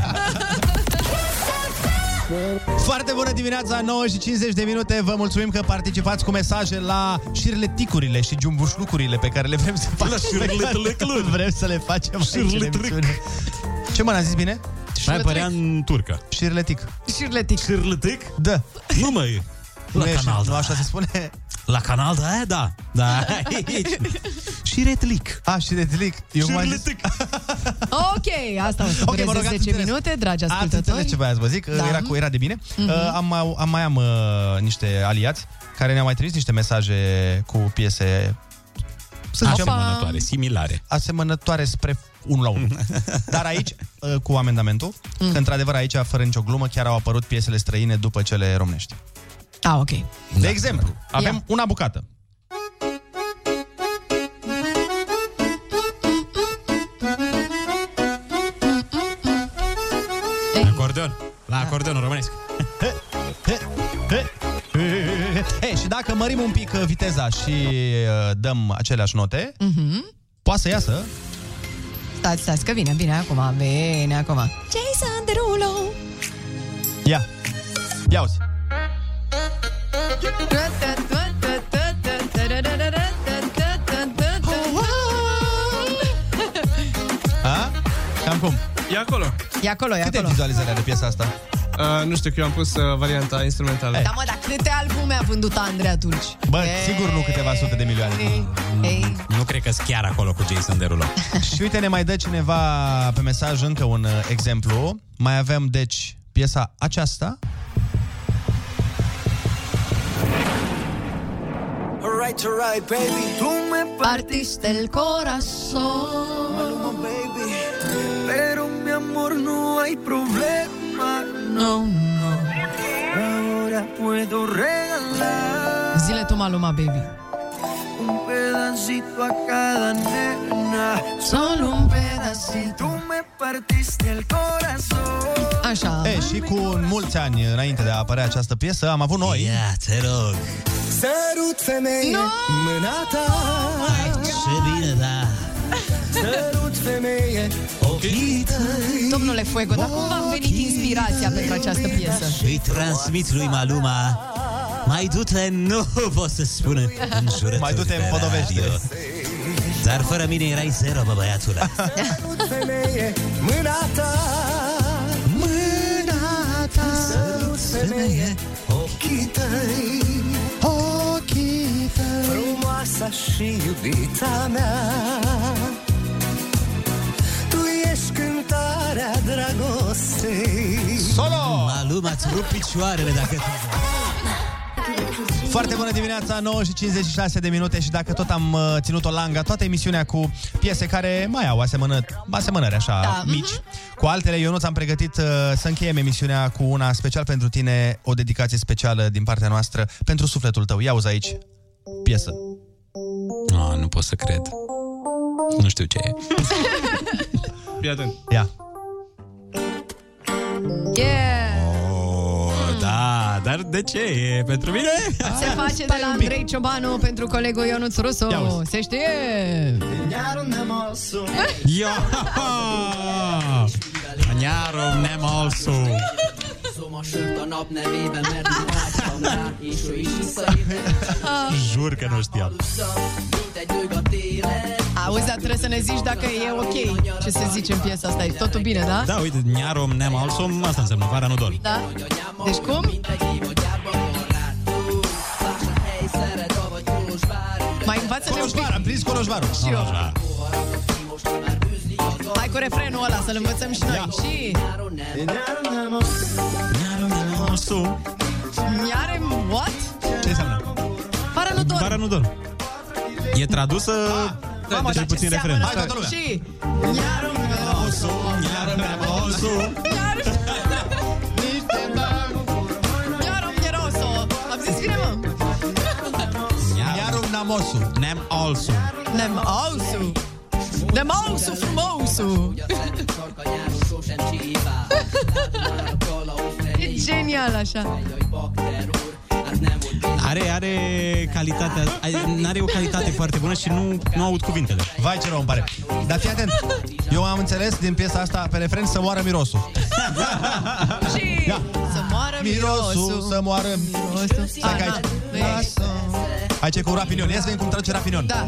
Speaker 2: Foarte bună dimineața, 9 și 50 de minute. Vă mulțumim că participați cu mesaje la șirleticurile și giumbușlucurile pe care le vrem să facem. *laughs*
Speaker 8: șirletlecluri.
Speaker 2: Vrem să le facem aici în
Speaker 8: Șirletrec.
Speaker 2: emisiune. Ce mă, n-am zis bine?
Speaker 8: Mai părea în turcă.
Speaker 2: Șirletic.
Speaker 4: Șirletic.
Speaker 8: Cârlătic?
Speaker 2: Da.
Speaker 8: Nu mă e.
Speaker 2: Nu
Speaker 8: La
Speaker 2: e
Speaker 8: canal,
Speaker 2: și- nu
Speaker 8: da.
Speaker 2: așa se spune?
Speaker 8: La canal, da, da. Da, aici. Și retlic.
Speaker 2: A, și retlic. Eu m-am zis-
Speaker 8: Șirletic.
Speaker 4: Ok, asta o să
Speaker 2: Ok,
Speaker 4: okay,
Speaker 2: mă rog, ați
Speaker 4: 10
Speaker 2: înțeles.
Speaker 4: minute, dragi
Speaker 2: Ați înțeles
Speaker 4: ascultători.
Speaker 2: ce voiam să vă zic,
Speaker 4: Da.
Speaker 2: da. era, cu, era de bine.
Speaker 8: Mhm.
Speaker 2: Uh, am, am, mai am uh, niște aliați care ne-au mai trimis niște mesaje cu piese să zicem,
Speaker 8: Asemănătoare, similare.
Speaker 2: asemănătoare spre unul la unul. Dar aici, uh, cu amendamentul, mm. că într-adevăr aici, fără nicio glumă, chiar au apărut piesele străine după cele românești.
Speaker 4: Ah, ok.
Speaker 2: De exemplu, avem
Speaker 4: Ia.
Speaker 2: una bucată.
Speaker 8: Acordeon. La acordeonul românesc.
Speaker 2: E, și dacă mărim un pic uh, viteza și uh, dăm aceleași note,
Speaker 4: Mhm.
Speaker 2: Poate să iasă.
Speaker 4: Stați, stați, că vine, vine acum, vine acum. Jason Derulo!
Speaker 2: Ia. Ia uzi. A? Cam cum?
Speaker 14: E acolo.
Speaker 4: *laughs* E acolo, e
Speaker 2: Câte vizualizări are piesa
Speaker 4: *laughs*
Speaker 2: asta?
Speaker 14: Uh, nu știu, că eu am pus uh, varianta instrumentală.
Speaker 4: Da, mă, dar câte albume a vândut Andrei atunci?
Speaker 2: Bă, sigur nu câteva sute de milioane.
Speaker 4: Ei,
Speaker 3: Nu cred că chiar acolo cu Jason Derulo.
Speaker 2: Și uite, ne mai dă cineva pe mesaj încă un uh, exemplu. Mai avem, deci, piesa aceasta.
Speaker 1: Right to right, baby. Tu me
Speaker 4: partiste el corazón.
Speaker 1: Maluma, baby. Pero mi amor no hay problema.
Speaker 4: No, no.
Speaker 1: Ahora puedo regalar
Speaker 4: Zile tu Maluma, baby.
Speaker 1: un pedacito a cada nena.
Speaker 4: Solo un pedacito.
Speaker 1: Tú me partiste el corazón.
Speaker 4: Așa.
Speaker 2: E, și cu mulți ani înainte de a apărea această piesă, am avut noi. Ia, te rog.
Speaker 1: Sărut femeie, no! mâna ta.
Speaker 3: Ce bine, da.
Speaker 1: Sărut femeie, ochii tăi.
Speaker 4: Domnule Fuego, dar cum v-a venit inspirația pentru această piesă?
Speaker 3: Îi transmit lui Maluma Mai du-te, nu pot să spun în jurături
Speaker 2: Mai du-te,
Speaker 3: pe
Speaker 2: împodobește.
Speaker 3: radio. Dar fără mine erai zero, bă, băiatule
Speaker 1: Sărut femeie, mâna ta. Mâna ta. Sărut femeie, ochii tăi. Ochii tăi. Frumoasa și iubita mea. Tu ești cântarea dragostei.
Speaker 2: Solo!
Speaker 3: Maluma, îți rup picioarele dacă tu
Speaker 2: Foarte bună dimineața, 9 și 56 de minute și dacă tot am uh, ținut-o langa, toată emisiunea cu piese care mai au asemănă, asemănări așa
Speaker 4: Da,
Speaker 2: da, mici. Cu altele, eu nu ți-am pregătit uh, să încheiem emisiunea cu una special pentru tine, o dedicație specială din partea noastră pentru sufletul tău. Ia uzi aici, piesă.
Speaker 3: A, nu pot să cred Nu știu ce e
Speaker 14: Fii atent.
Speaker 2: Ia.
Speaker 4: Yeah!
Speaker 3: Oh, da, dar de ce? E pentru mine?
Speaker 4: Se face de la Andrei Ciobanu pentru colegul Ionuț Rusu. Se știe!
Speaker 3: *laughs* Yo! Anyárom nem alszó.
Speaker 1: Sőt, a nap nevében, mert mi vágytam rá, és ő is visszaérte.
Speaker 3: Jur că nu știam.
Speaker 4: Auzi, dar trebuie să ne zici dacă e ok ce se zice în piesa asta. E totul bine, da?
Speaker 3: Da, uite, nyárom nem alszom, asta înseamnă vara nu dorm.
Speaker 4: Da? Deci cum? Mai învață-ne un pic.
Speaker 2: Am prins Coloșvaru.
Speaker 4: Și eu. Hai cu refrenul ăla să-l învățăm și noi. Și...
Speaker 3: Alszó.
Speaker 4: Iare, what?
Speaker 2: Ce înseamnă?
Speaker 4: Fara nu dor.
Speaker 3: Vara nu dorm. E tradusă... Da,
Speaker 4: Mamă,
Speaker 3: deci e
Speaker 4: dar ce
Speaker 3: puțin refren.
Speaker 4: seamănă tot. Și... Iar un
Speaker 3: Nyárom nem alszom.
Speaker 4: Iar... Niște bani. Iar un mieroso. Am zis bine, mă.
Speaker 2: Nyárom nem alszom.
Speaker 3: Nem alszom.
Speaker 4: Nem ausu. Nem ausu frumosu. E genial așa.
Speaker 3: Are, are calitatea, are o calitate foarte bună și nu, nu aud cuvintele.
Speaker 2: Vai ce rău îmi pare. Dar fii atent, eu am înțeles din piesa asta pe refren să moară mirosul.
Speaker 4: Și
Speaker 2: Ia.
Speaker 4: să moară
Speaker 2: Mirosul
Speaker 4: mirosul.
Speaker 2: să moară...
Speaker 4: Mirosul. Da,
Speaker 2: Stai că aici.
Speaker 4: nu e.
Speaker 2: Aici e cu Rapinion. Ia să vedem cum traduce Rapinion.
Speaker 4: Da.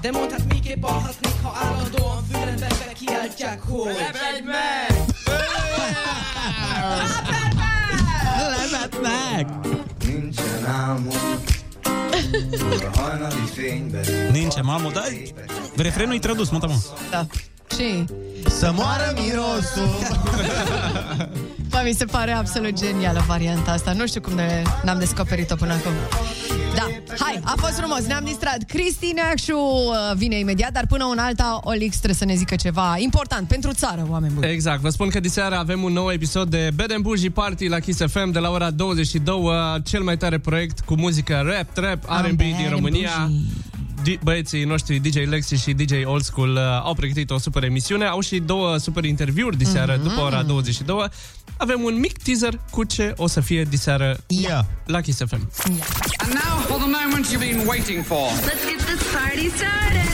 Speaker 1: De mondhat, miképp alhatnék, ha állandóan fülembekbe kiáltják, hogy Rebedj meg!
Speaker 3: Levet meg!
Speaker 1: Nincsen álmom, a hajnali fényben
Speaker 3: Nincsen mamă, da? Refrenul e tradus, mă, mă.
Speaker 4: Da. Și...
Speaker 2: Să moară mirosul
Speaker 14: *laughs*
Speaker 4: Bă, mi se pare absolut genială varianta asta. Nu știu cum ne, n-am descoperit-o până acum. Da, hai, a fost frumos, ne-am distrat. Cristi Neacșu uh, vine imediat, dar până un alta, Olix trebuie să ne zică ceva important pentru țară, oameni buni.
Speaker 14: *laughs* Exact, vă spun că diseară avem un nou episod de Bed and Bougie Party la Kiss FM de la ora 22, cel mai tare proiect cu muzică rap, trap, R&B din România. Di- băieții noștri DJ Lexi și DJ Old School uh, au pregătit o super emisiune, au și două super interviuri diseară
Speaker 22: Mhm.
Speaker 14: mm-hmm. după ora 22. Avem un mic teaser cu ce o să fie diseară
Speaker 2: yeah.
Speaker 14: la Kiss FM.
Speaker 9: And now for the moment you've been waiting for. Let's get this
Speaker 1: this party started.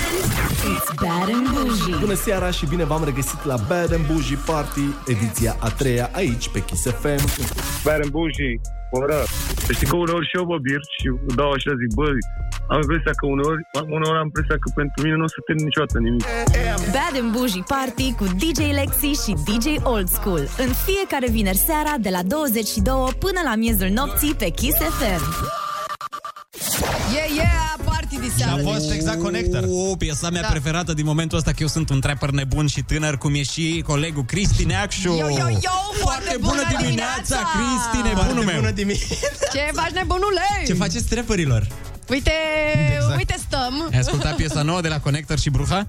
Speaker 1: It's bad and bougie.
Speaker 23: Bună seara și bine v-am regăsit la Bad and Bougie Party, ediția a treia aici pe Kiss FM.
Speaker 18: Bad and Bougie, ora. Să știi că uneori și eu mă bir și dau așa, zic, bă, am impresia că uneori, uneori am impresia că pentru mine nu o să termin niciodată nimic.
Speaker 24: Bad and Bougie Party cu DJ Lexi și DJ Old School. În fiecare vineri seara de la 22 până la miezul nopții pe Kiss FM.
Speaker 4: Yeah, yeah, party de seară.
Speaker 3: Connector. O, piesa mea
Speaker 4: Da.
Speaker 3: da. preferată din momentul ăsta, că eu sunt un trapper nebun și tânăr, cum e și colegul Cristi Neacșu.
Speaker 4: Yo, yo, yo, foarte, bună,
Speaker 3: dimineața, Cristi, nebunul meu. Bună dimineața.
Speaker 4: Ce faci, nebunule?
Speaker 3: Ce faceți trapperilor?
Speaker 4: Uite,
Speaker 3: Exact.
Speaker 4: uite stăm.
Speaker 3: Ai ascultat piesa nouă de la Connector și Bruha?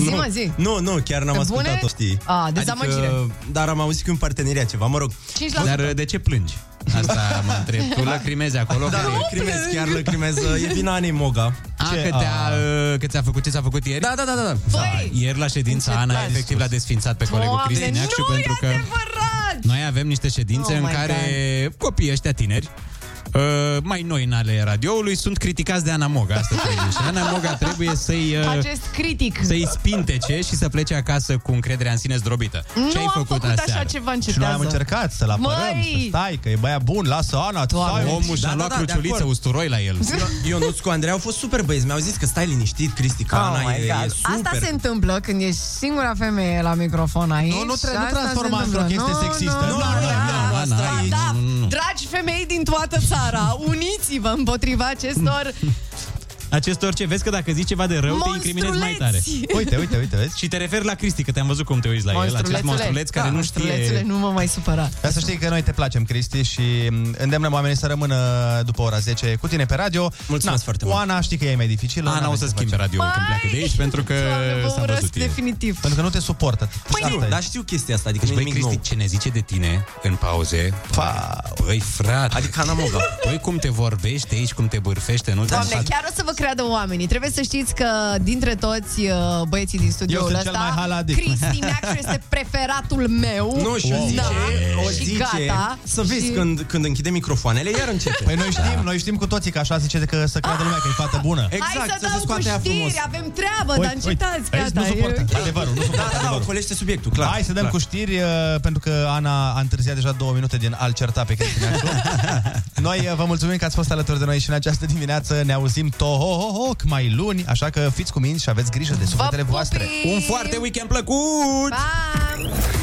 Speaker 4: Zi-mă, zi.
Speaker 22: *laughs* Nu, nu, chiar n-am
Speaker 4: Pe
Speaker 22: ascultat-o,
Speaker 4: bune?
Speaker 22: știi.
Speaker 4: A, dezamăgire.
Speaker 22: Adică, dar am auzit că e un parteneriat ceva, mă rog.
Speaker 4: 5%. Dar,
Speaker 22: de ce plângi? Asta mă întreb.
Speaker 3: Tu lacrimezi acolo?
Speaker 22: Da,
Speaker 3: Că-
Speaker 22: lacrimez, chiar lacrimez. E vina Anei Moga.
Speaker 3: A, că te-a, uh, că ți-a făcut ce ți-a făcut ieri?
Speaker 22: Da, da, da, da. da.
Speaker 3: Ieri la ședința
Speaker 22: Încetați.
Speaker 3: Ana efectiv l-a desfințat pe colegul
Speaker 22: Doamne,
Speaker 3: Cristi Neacșu
Speaker 22: nu
Speaker 3: pentru că noi avem niște ședințe
Speaker 22: Oh
Speaker 3: în
Speaker 22: my
Speaker 3: care copiii ăștia tineri Uh, mai noi în ale radioului sunt criticați de Ana Moga asta trebuie. Și Ana Moga trebuie să-i uh,
Speaker 4: Acest critic.
Speaker 3: să-i spintece și să plece acasă cu încrederea în sine zdrobită.
Speaker 4: Nu
Speaker 3: Ce ai
Speaker 4: am
Speaker 3: făcut,
Speaker 4: făcut așa
Speaker 3: aseară?
Speaker 4: ceva, încetează. Și noi am încercat
Speaker 2: să-l apărăm,
Speaker 4: Măi! să
Speaker 22: stai, că e băiat bun, lasă Ana,
Speaker 2: Doamne. stai.
Speaker 22: Omul și-a
Speaker 2: Da, da,
Speaker 22: luat
Speaker 2: da, de
Speaker 22: cruciuliță,
Speaker 2: acord.
Speaker 22: usturoi la el. Eu, Ionuț cu Andrei au fost super băieți, mi-au zis că stai liniștit, Cristi, că
Speaker 2: Oh
Speaker 22: Ana
Speaker 2: my
Speaker 22: e,
Speaker 2: God.
Speaker 22: e super.
Speaker 4: Asta se întâmplă când ești singura femeie la microfon aici.
Speaker 22: Nu, nu tre-
Speaker 4: și
Speaker 22: nu
Speaker 4: asta
Speaker 22: transforma
Speaker 4: se
Speaker 22: într-o
Speaker 4: întâmplă.
Speaker 22: chestie
Speaker 4: Nu,
Speaker 22: sexistă.
Speaker 4: nu,
Speaker 22: Nu,
Speaker 4: nu,
Speaker 22: nu, nu,
Speaker 4: da.
Speaker 22: nu, asta
Speaker 4: Ba
Speaker 22: e-
Speaker 4: da.
Speaker 22: nu, nu, nu.
Speaker 4: Dragi femei din toată țara, uniți-vă împotriva acestor...
Speaker 3: Acestor ce vezi că dacă zici ceva de rău, te incriminezi mai tare.
Speaker 4: Monstruleți!
Speaker 22: Uite, uite, uite, vezi?
Speaker 3: Și te referi la Cristi, că te-am văzut cum te uiți la el, acest monstruleț care
Speaker 4: da,
Speaker 3: nu știe...
Speaker 4: monstrulețele, nu mă mai supăra.
Speaker 2: Dar să știi că noi te placem, Cristi, și îndemnăm oamenii să rămână după ora 10 cu tine pe radio. Mulțumesc Na, foarte mult. Ana știi că e mai dificil.
Speaker 3: Ana o să schimbe radio când pleacă de aici, pentru că s-a văzut el.
Speaker 4: definitiv.
Speaker 2: Pentru că nu te suportă. Păi,
Speaker 22: Dar știu chestia asta, adică
Speaker 3: Deci,
Speaker 22: nu e
Speaker 3: băi,
Speaker 22: nimic
Speaker 3: Cristi,
Speaker 22: nou.
Speaker 3: ce ne zice de tine în pauze? Pa. Băi, frate. Adică Ana Moga. Băi, cum te vorbești aici, cum te bârfește în ultimul
Speaker 22: Exact.
Speaker 4: Doamne,
Speaker 22: da,
Speaker 4: chiar o să vă creadă oamenii. Trebuie să știți că dintre toți uh, băieții din
Speaker 22: Eu
Speaker 4: studioul
Speaker 22: sunt cel mai
Speaker 4: ăsta,
Speaker 22: haladic.
Speaker 4: Cristi Neacșu este preferatul meu. Da.
Speaker 22: Nu, și o zice, o
Speaker 4: și
Speaker 22: zice,
Speaker 4: gata.
Speaker 22: să vezi
Speaker 4: Și-
Speaker 22: când, când închide microfoanele, iar începe.
Speaker 2: Păi noi știm, noi știm cu toții că așa zice că să creadă lumea că e fată bună.
Speaker 22: exact,
Speaker 4: Hai să dau cu știri, avem treabă, dar încetați,
Speaker 2: aici
Speaker 4: gata.
Speaker 2: nu suportă.
Speaker 4: e-
Speaker 2: Adevărul, nu suportă.
Speaker 22: Da, da, ocolește subiectul, clar.
Speaker 2: Hai să dăm
Speaker 22: clar.
Speaker 2: cu știri, uh, pentru că Ana a întârziat deja două minute din al certa pe Cristina
Speaker 22: *laughs*
Speaker 2: Noi uh, vă mulțumim că ați fost alături de noi și în această dimineață ne auzim tohohohoc mai luni, așa că fiți cu minți și aveți grijă de sufletele voastre.
Speaker 3: Un foarte weekend plăcut!
Speaker 4: Pa!